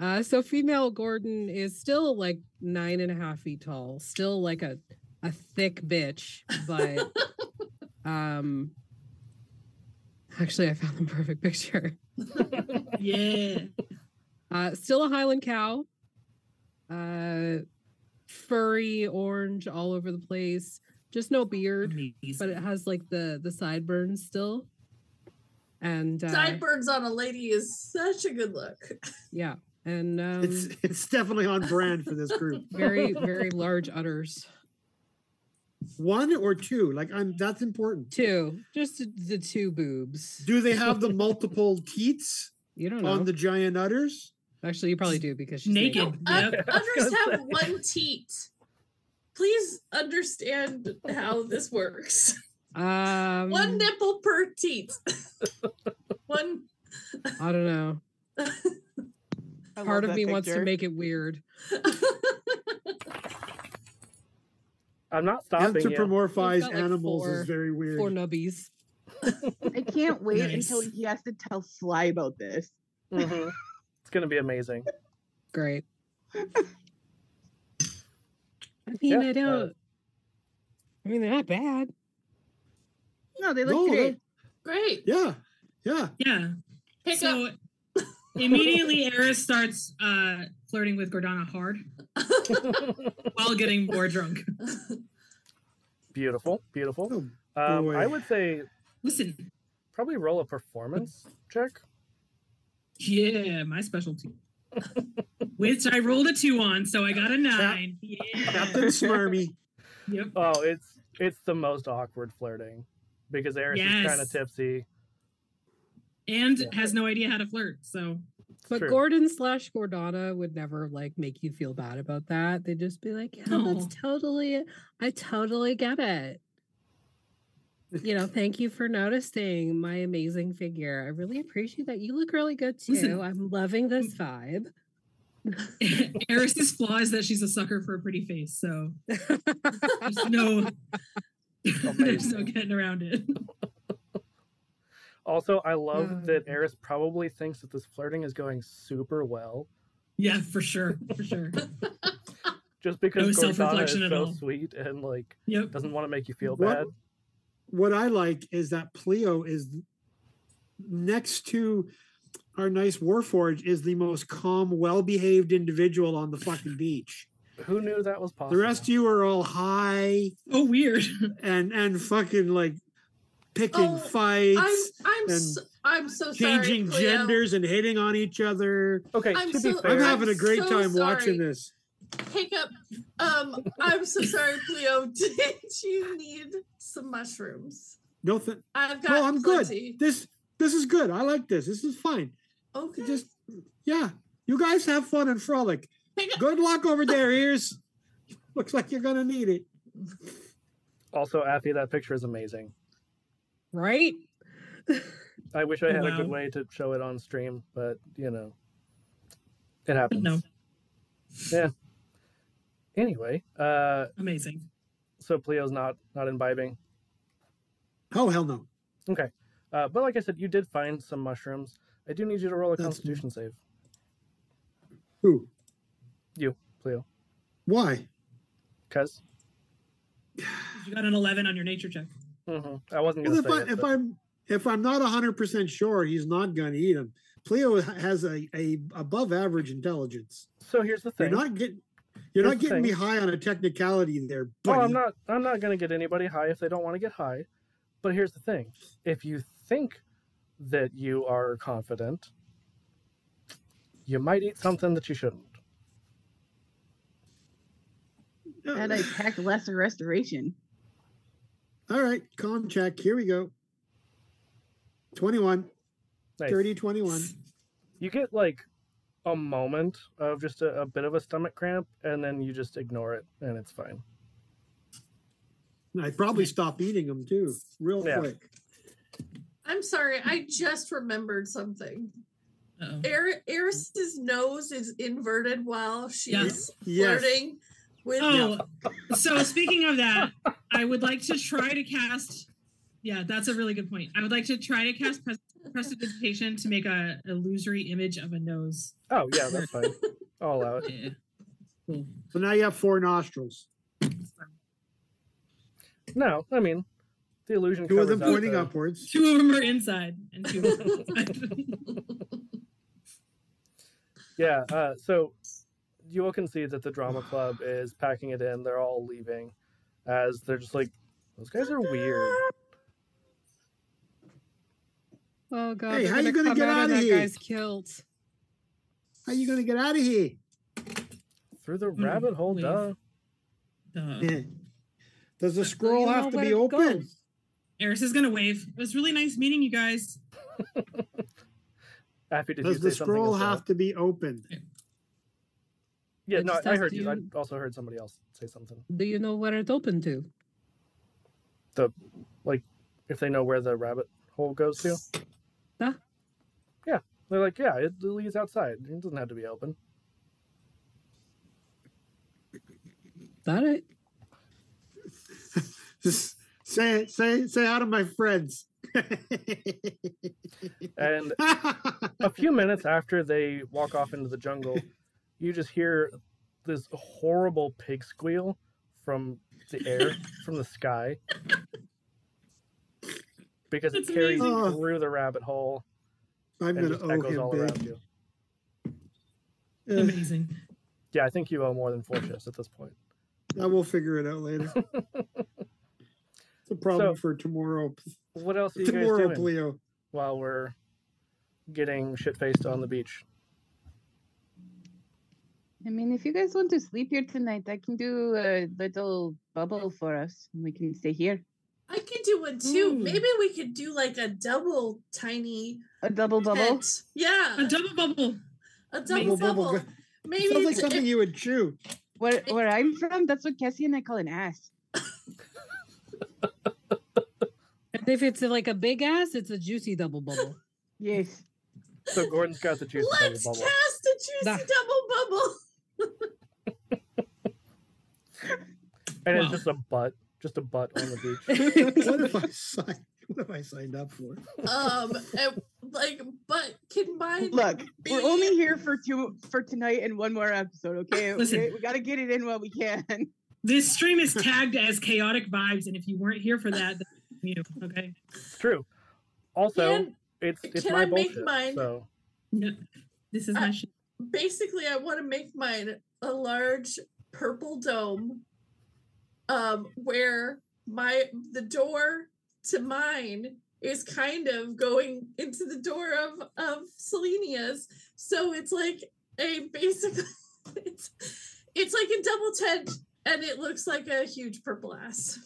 Uh, so female Gordon is still like nine and a half feet tall, still like a a thick bitch, but um, actually I found the perfect picture.
Yeah.
Uh, still a Highland cow, uh, furry orange all over the place, just no beard, but it has like the the sideburns still, and uh,
Sideburns on a lady is such a good look.
yeah, and um,
It's it's definitely on brand for this group.
very very large udders.
One or two, like I'm. That's important.
Two, just the- the two boobs.
Do they have the multiple teats
You don't know.
on the giant udders?
Actually, you probably do because she's naked. Oh,
Naked.
Uh,
Yep.
Others have one teat. Please understand how this works.
Um,
One nipple per teat. one.
I don't know.
I
Part of
love
me
that
wants to
picture.
make it weird.
I'm not stopping you.
Anthropomorphize
We've got, like,
animals
four-
is very weird.
For nubbies.
I can't wait until
Nice.
he has to tell Sly about this.
Mhm. It's gonna be amazing.
Great. I mean,
Yeah,
I
uh,
don't. I mean, they're not bad.
No, they look
No,
great.
Great.
Yeah, yeah.
Yeah.
Pick
so immediately Eris starts uh, flirting with Gordana hard while getting more drunk.
Beautiful, beautiful.
Oh,
Um,
boy.
I would say
Listen,
probably roll a performance check.
yeah, my specialty. Which I rolled a two on, so I got a nine. Yeah.
Captain Smarmy.
Yep.
Oh, it's it's the most awkward flirting because Eris is kind of
Yes.
tipsy.
And
Yeah.
has no idea how to flirt. So
It's
But
true.
Gordon slash Gordana would never like make you feel bad about that. They'd just be like, "Yeah,
No.
that's totally. I totally get it." You know, thank you for noticing my amazing figure. I really appreciate that. You look really good too.
Listen.
I'm loving
Mm.
this vibe.
Eris's flaw is that she's a sucker for a pretty face. So there's no there's no
Amazing.
getting around it.
Also, I love
Mm.
Uh.
that Eris probably thinks that this flirting is going super well,
Yeah, for sure. For sure.
just because
No
Gordana is
self-reflection at
so
all.
sweet and like
Yep.
doesn't want to make you feel bad.
What- What I like is that Pleo is next to our nice Warforge is the most calm, well-behaved individual on the fucking beach.
Who knew that was possible?
The rest of you are all high
Oh weird.
and and fucking like picking
Oh,
fights,
I'm I'm
and
so, I'm so
changing
sorry, Cleo.
genders and hitting on each other.
okay,
I'm
to
so-
be fair,
I'm having a
I'm
great
so
time
sorry.
watching this.
Hiccup. Um, I'm so sorry, Cleo. Did you need some mushrooms?
No, th-
I've got
no, I'm good.
plenty.
This this is good. I like this. This is fine.
Okay.
Just yeah, you guys have fun and frolic.
Hiccup.
Good luck over there. Ears looks like you're gonna need it.
also Affy, that picture is amazing.
right?
I wish I had a good
Wow.
way to show it on stream, but you know, it happens.
No.
Anyway, uh,
Amazing.
so Pleo's not not imbibing.
Oh hell no.
Uh, but like I said, you did find some mushrooms. I do need you to roll a
That's-
constitution save,
Who?
Pleo.
Why?
Because
You got an eleven on your nature check.
mm-hmm. I wasn't
Well,
going
if
to
I
say it,
if
but
I'm if I'm not hundred percent sure, he's not gonna eat him. Pleo has a, a above average intelligence.
So here's the thing.
You're not getting you're
Here's
not
the
getting me
thing.
high on a technicality there,
oh,
buddy.
I'm not. I'm not going to get anybody high if they don't want to get high. But here's the thing: if you think that you are confident, you might eat something that you shouldn't.
No.
And I packed lesser restoration.
All right, calm check. Here we go. 21,
Nice.
30, 21.
You get like a moment of just a, a bit of a stomach cramp, and then you just ignore it, and it's fine.
I probably stop eating them too, real
Yeah.
quick.
I'm sorry. I just remembered something.
Uh-oh.
Eris- Eris's nose is inverted while she's
Yes.
Yes.
flirting with.
Oh, so speaking of that, I would like to try to cast. Yeah, that's a really good point. I would like to try to cast pres- prestidigitation to make a illusory image of a nose. Eh.
Oh yeah, that's fine. I'll allow it.
Yeah.
So now you have four nostrils.
No, I mean the illusion.
Two of them
covers out
pointing
the-
upwards.
Two of them are inside, and two of them are outside.
Yeah. Uh, so you all can see that the drama club is packing it in. They're all leaving, as they're just like, those guys are weird.
Oh god.
Hey,
they're
how you gonna
come
get
of
outta
that
here?
guy's kilt.
How you gonna get out of here?
Through the
Hmm,
rabbit hole,
leave.
duh.
Duh.
Yeah. Does
Well,
the
you
scroll have
know
to
where
be
it
open?
goes.
Eris is gonna wave. It was really nice meeting you guys.
Happy to
Does
say
the
something.
scroll
as well.
have to be open?
Yeah,
It
no,
just
I
has
heard you. I
to-
also heard somebody else say something.
Do you know where it opened to?
If they know where the rabbit hole goes to.
Huh?
Yeah. They're like, yeah, it leads outside. It doesn't have to be open.
That it?
Just say say say hi to my friends.
And a few minutes after they walk off into the jungle, you just hear this horrible pig squeal from the air, from the sky. Because it
That's
carries
amazing. Oh.
through the rabbit hole
I'm
and
gonna
just echoes
owe
all
him
around
big.
you.
Ugh,
Amazing.
Yeah, I think you owe more than four shifts at this point.
I will figure it out later. it's a problem for tomorrow.
What else are you guys
Tomorrow,
doing
Pleo.
while we're getting shit faced on the beach?
I mean, if you guys want to sleep here tonight, I can do a little bubble for us. and We can stay here.
I could do one too.
Mm.
Maybe we could do like a double tiny
A double bubble.
tent. Yeah,
A double bubble.
a double
bubble
bubble.
gu-
Maybe
Sounds like
it's-
something you would chew.
Where where I'm from, that's what Cassie and I call an ass.
And if it's like a big ass, it's a juicy double bubble.
Yes.
So Gordon's got the juice bubble
Let's
bubble.
cast a juicy
Nah.
double bubble.
And it's
Wow.
just a butt. Just a butt on the beach.
what if I signed? What have I signed up for?
um and, like but can mine
Look, we're
be-
only here for two for tonight and one more episode, okay?
Listen.
We, we gotta get it in while we can.
This stream is tagged as chaotic vibes, and if you weren't here for that, that's on you okay.
It's true. Also,
Can-
it's it's
can
my
I make
bullshit.
mine?
So
No, this is my
I-
shit.
basically I want to make mine a large purple dome um where my the door to mine is kind of going into the door of of Selenia's so it's like a basic it's it's like a double tent and it looks like a huge purple ass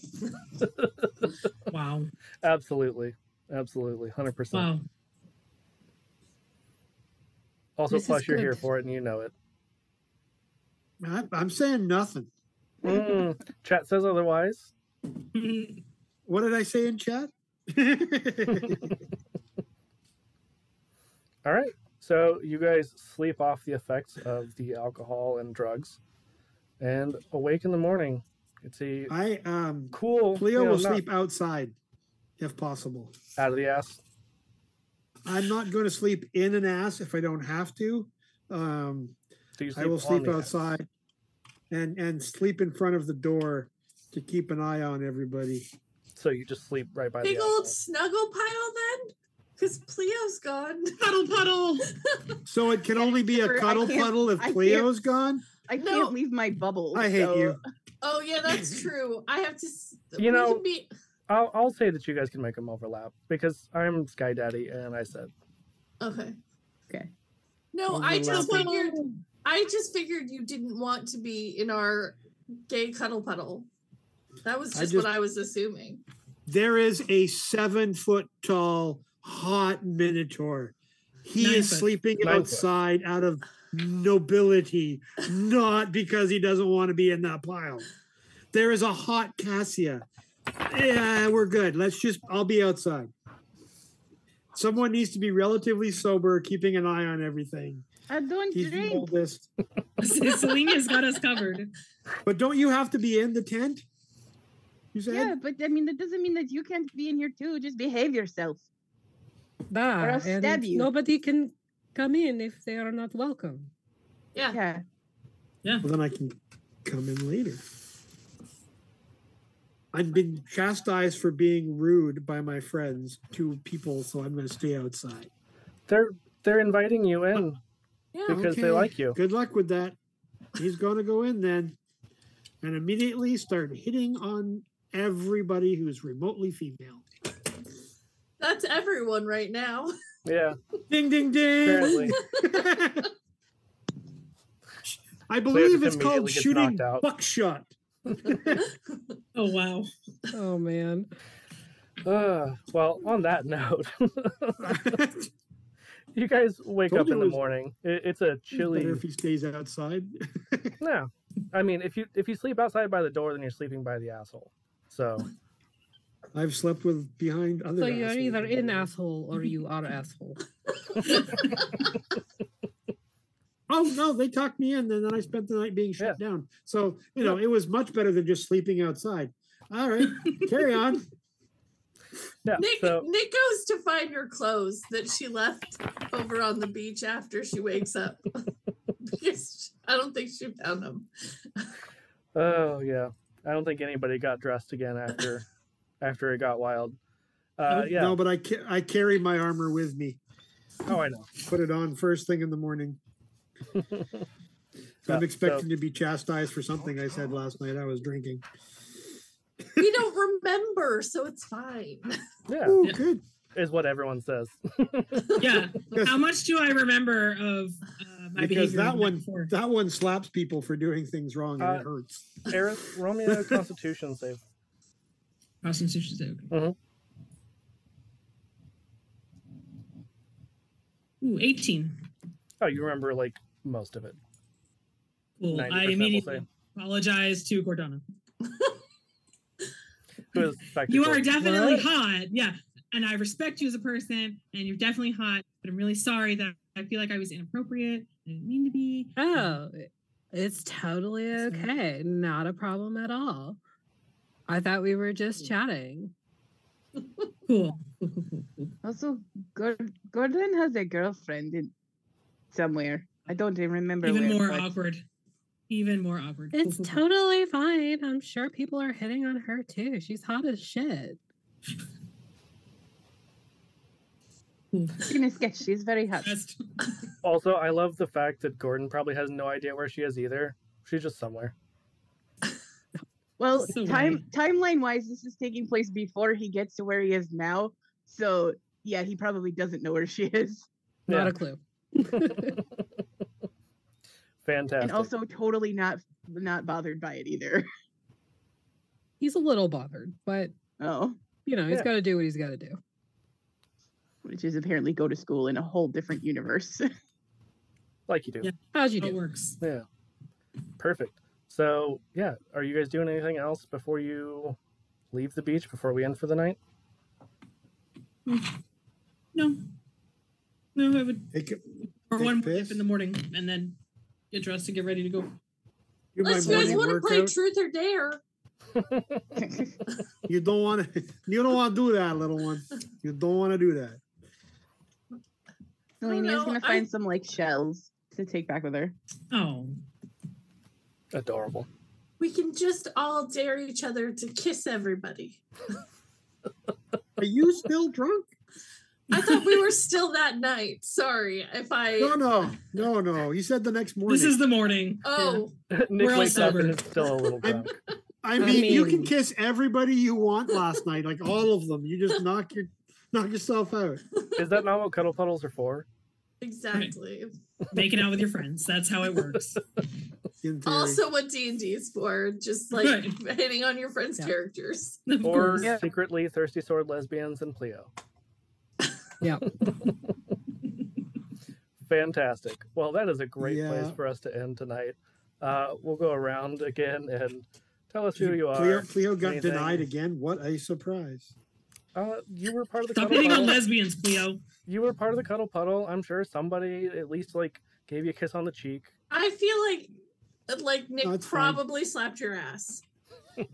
Wow.
absolutely, absolutely, hundred percent.
Wow.
Also,
This is
plus you're here
good.
for it and you know it.
I, I'm saying nothing.
Mm, chat says otherwise.
Mm,
What did I say in chat?
All right. So you guys sleep off the effects of the alcohol and drugs, and awake in the morning. It's a
I um
cool.
Cleo
you know,
will
not
sleep outside if possible.
out of the ass.
I'm not going to sleep in an ass if I don't have to. Um,
So you sleep
I will
on
sleep
the ass.
outside and and sleep in front of the door to keep an eye on everybody.
So you just sleep right by
big
the
old
ass.
snuggle pile then because pleo's gone
Puddle puddle.
So it can
Yeah,
only be a
I
cuddle
can't-
puddle if
I can't-
Cleo's gone.
I
No.
can't leave my bubble.
I hate
so-
you.
oh yeah that's true i have to s-
You
we can
know-
be-
I'll, I'll say that you guys can make them overlap because I'm Sky Daddy and I said
Okay.
Okay.
No,
Those
I
are
just
laughing.
figured I just figured you didn't want to be in our gay cuddle puddle. That was
I
just, what
just-
I was assuming.
There is a seven foot tall hot minotaur. He
Nine
is
foot.
sleeping
Nine foot.
outside out of nobility, not because he doesn't want to be in that pile. There is a hot cassia. Yeah, we're good. Let's just, I'll be outside. Someone needs to be relatively sober, keeping an eye on everything.
I don't
He's the
drink.
oldest.
Selena's got us covered.
But don't you have to be in the tent? You said
Yeah, but I mean that doesn't mean that you can't be in here too. Just behave yourself.
That,
I'll
and
stab you.
Nobody can come in if they are not welcome.
Yeah.
Yeah.
Well, then I can come in later. I've been chastised for being rude by my friends to people, so I'm going to stay outside.
They're they're inviting you in
Yeah.
because they
Okay.
like you.
Good luck with that. He's going to go in then and immediately start hitting on everybody who's remotely female.
That's everyone right now.
Yeah,
Ding, ding, ding.
apparently.
I believe
just
it's called
immediately gets
shooting
knocked out.
buckshot.
Oh wow.
Oh man.
uh, well, on that note, you guys wake
Told
up
you
in
it
the
was-
morning. It, it's a
Better
chilly.
if he stays outside.
No, I mean if you if you sleep outside by the door, then you're sleeping by the asshole. So
I've slept with behind other.
So you're
assholes
either in
before.
asshole or you are asshole.
Oh no, they talked me in, and then I spent the night being shut down. So you know, it was much better than just sleeping outside. All right, carry on.
yeah,
Nick
so
Nick goes to find her clothes that she left over on the beach after she wakes up. because I don't think she found them.
oh yeah, I don't think anybody got dressed again after after it got wild. Uh, yeah.
No, but I ca- I carry my armor with me.
Oh, I know.
Put it on first thing in the morning.
Yeah, so-
I'm expecting to be chastised for something I said last night. I was drinking.
We don't remember, so it's fine.
Yeah,
Oh,
Yeah.
good.
is what everyone says.
Yeah.
Because,
How much do I remember of uh, my
because that
behavior? the night
one
before?
that one slaps people for doing things wrong and
Uh,
it hurts.
Eris, Romeo Constitution save.
Prostitution joke.
Uh-huh.
Mhm.
Ooh, 18.
Oh, you remember like most of it.
Cool.
90%,
I
we'll
immediately
say.
apologize to Gordana.
Who is spectacle.
You are definitely
What?
hot. Yeah. And I respect you as a person, and you're definitely hot, but I'm really sorry that I feel like I was inappropriate. I didn't mean to be.
Oh, it's totally
It's not-
okay. Not a problem at all. I thought we were just chatting.
Cool. Cool, cool, cool, cool.
Also, Gor- Gordon has a girlfriend in somewhere. I don't even remember.
Even
where,
more
but-
awkward. Even more awkward. Cool,
It's
cool, cool.
totally fine. I'm sure people are hitting on her too. She's hot as shit.
She's in a sketch. She's very hot.
Just-
Also, I love the fact that Gordon probably has no idea where she is either. She's just somewhere.
Well,
So
time timeline wise, this is taking place before he gets to where he is now. So yeah, he probably doesn't know where she is,
Not
Yeah.
a clue.
Fantastic.
and also totally not not bothered by it either.
He's a little bothered, but
Oh,
you know, he's
Yeah.
got to do what he's got to do.
which is apparently go to school in a whole different universe.
like you do.
Yeah.
How'd you
It
do?
works.
Yeah. Perfect. So, yeah, are you guys doing anything else before you leave the beach before we end for the night?
No. No, I would.
Take it.
Or
Take
one
piss?
dip in the morning and then get dressed to get ready to go.
Do my
Unless you guys
morning
want to play
workout.
truth or dare.
You don't want to. You don't want to do that, little one. You don't want to do that.
Selena's
no,
gonna
I-
find some like shells to take back with her.
Oh.
Adorable.
We can just all dare each other to kiss everybody.
Are you still drunk?
I thought we were still that night. Sorry if I.
No, no, no, no. He said the next morning.
This is the morning.
Oh,
Nick
We're all
wakes up and
sober.
is still a little drunk.
I mean, you can
mean-
kiss everybody you want last night, like all of them. You just knock your knock yourself out.
is that not what cuddle puddles are for?
exactly.
Making out with your friends. That's how it works.
In theory.
Also, what D and D is for, just like
Right.
hitting on your friends'
Yeah.
characters.
Of
Or
course.
Yeah.
secretly thirsty sword lesbians and Pleo.
Yeah.
Fantastic. Well, that is a great place
Yeah.
for us to end tonight. Uh, we'll go around again and tell us who you
Cleo,
are.
Cleo got
Anything?
denied again. What a surprise!
Uh, you were part of the
Stop
cuddle
hitting on
puddle.
lesbians, Cleo.
you were part of the cuddle puddle. I'm sure somebody at least like gave you a kiss on the cheek.
I feel like like Nick
No, it's fine.
probably slapped your ass.
the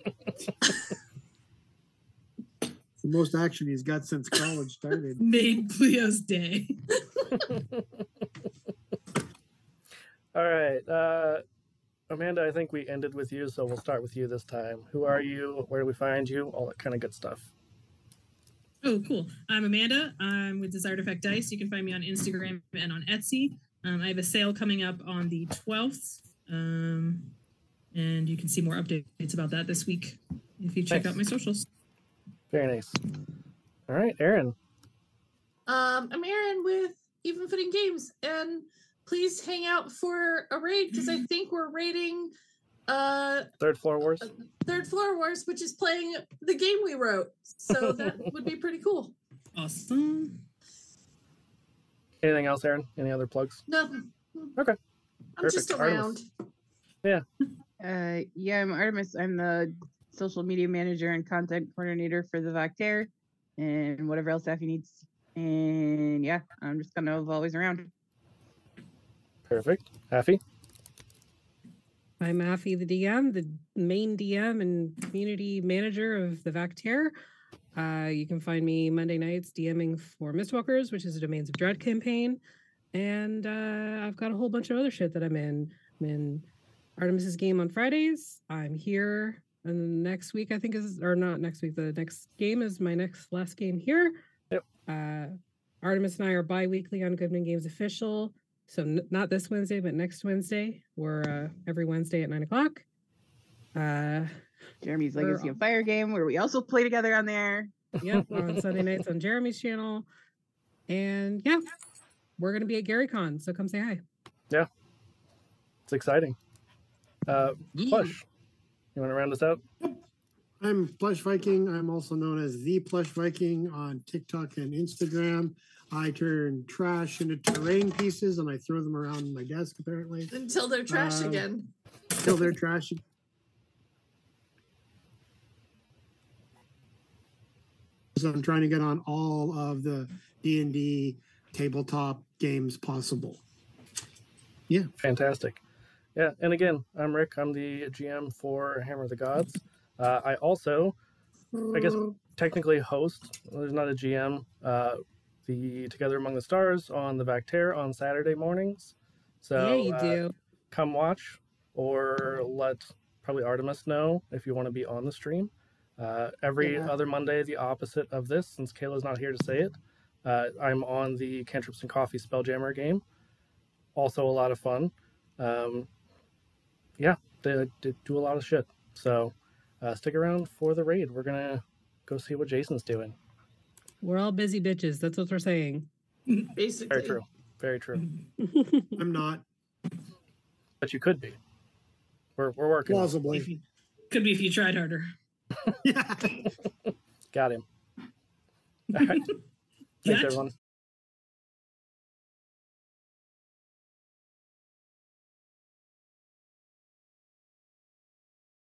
most action he's got since college started.
Made Cleo's day.
All right. Uh, Amanda, I think we ended with you, so we'll start with you this time. Who are you? Where do we find you? All that kind of good stuff.
Oh, cool. I'm Amanda. I'm with Desired Effect Dice. You can find me on Instagram and on Etsy. Um, I have a sale coming up on the 12th. Um, and you can see more updates about that this week if you check
Thanks.
out my socials.
Very nice. All right, Aaron.
Um, I'm Aaron with Even Footing Games, and please hang out for a raid because I think we're raiding uh
Third floor wars.
Third Floor Wars, which is playing the game we wrote. So that would be pretty cool.
Awesome.
Anything else, Aaron? Any other plugs?
Nothing.
Okay.
I'm just
Perfect.
around.
Artemis.
Uh, yeah, I'm Artemis. I'm the social media manager and content coordinator for the Voctair and whatever else Effie needs. And yeah, I'm just kind of always around.
Perfect. Happy.
I'm Afi, the DM, the main DM and community manager of the Vactair. Uh, you can find me Monday nights DMing for Mistwalkers, which is a Domains of Dread campaign. And uh, I've got a whole bunch of other shit that I'm in. I'm in Artemis's game on Fridays. I'm here. And next week, I think is, or not next week, the next game is my next last game here.
Yep.
Uh, Artemis and I are bi weekly on Goodman Games Official. So n- not this Wednesday, but next Wednesday. We're uh, every Wednesday at nine o'clock. Uh,
Jeremy's
We're
Legacy
on-
of Fire game, where we also play together on there.
yep, we're on Sunday nights on Jeremy's channel. And yeah, we're gonna be at GaryCon, so come say hi.
It's exciting. Uh, plush. You want to round us out?
I'm Plush Viking. I'm also known as the Plush Viking on TikTok and Instagram. I turn trash into terrain pieces and I throw them around my desk apparently
Until they're trash
Um,
again.
until they're trash. So I'm trying to get on all of the D and D tabletop games possible.
Fantastic. Yeah, and again, I'm Rick. I'm the GM for Hammer of the Gods. Uh, I also I guess- technically host. There's not a GM. Uh, the Together Among the Stars on the Vactair on Saturday mornings. So
yeah, you
uh,
do.
come watch or let probably Artemis know if you want to be on the stream. Uh, every
Yeah.
other Monday, the opposite of this, since Kayla's not here to say it. Uh, I'm on the Cantrips and Coffee Spelljammer game. Also a lot of fun. Um, yeah, they, they do a lot of shit. So uh, stick around for the raid. We're going to go see what Jason's doing.
We're all busy bitches. That's what we're saying.
Basically.
Very true. Very true.
I'm not
But you could be. We're, we're working. on it.
plausibly.
If you- could be if you tried harder.
Yeah.
Got him. All right. Thanks,
Gotcha.
everyone.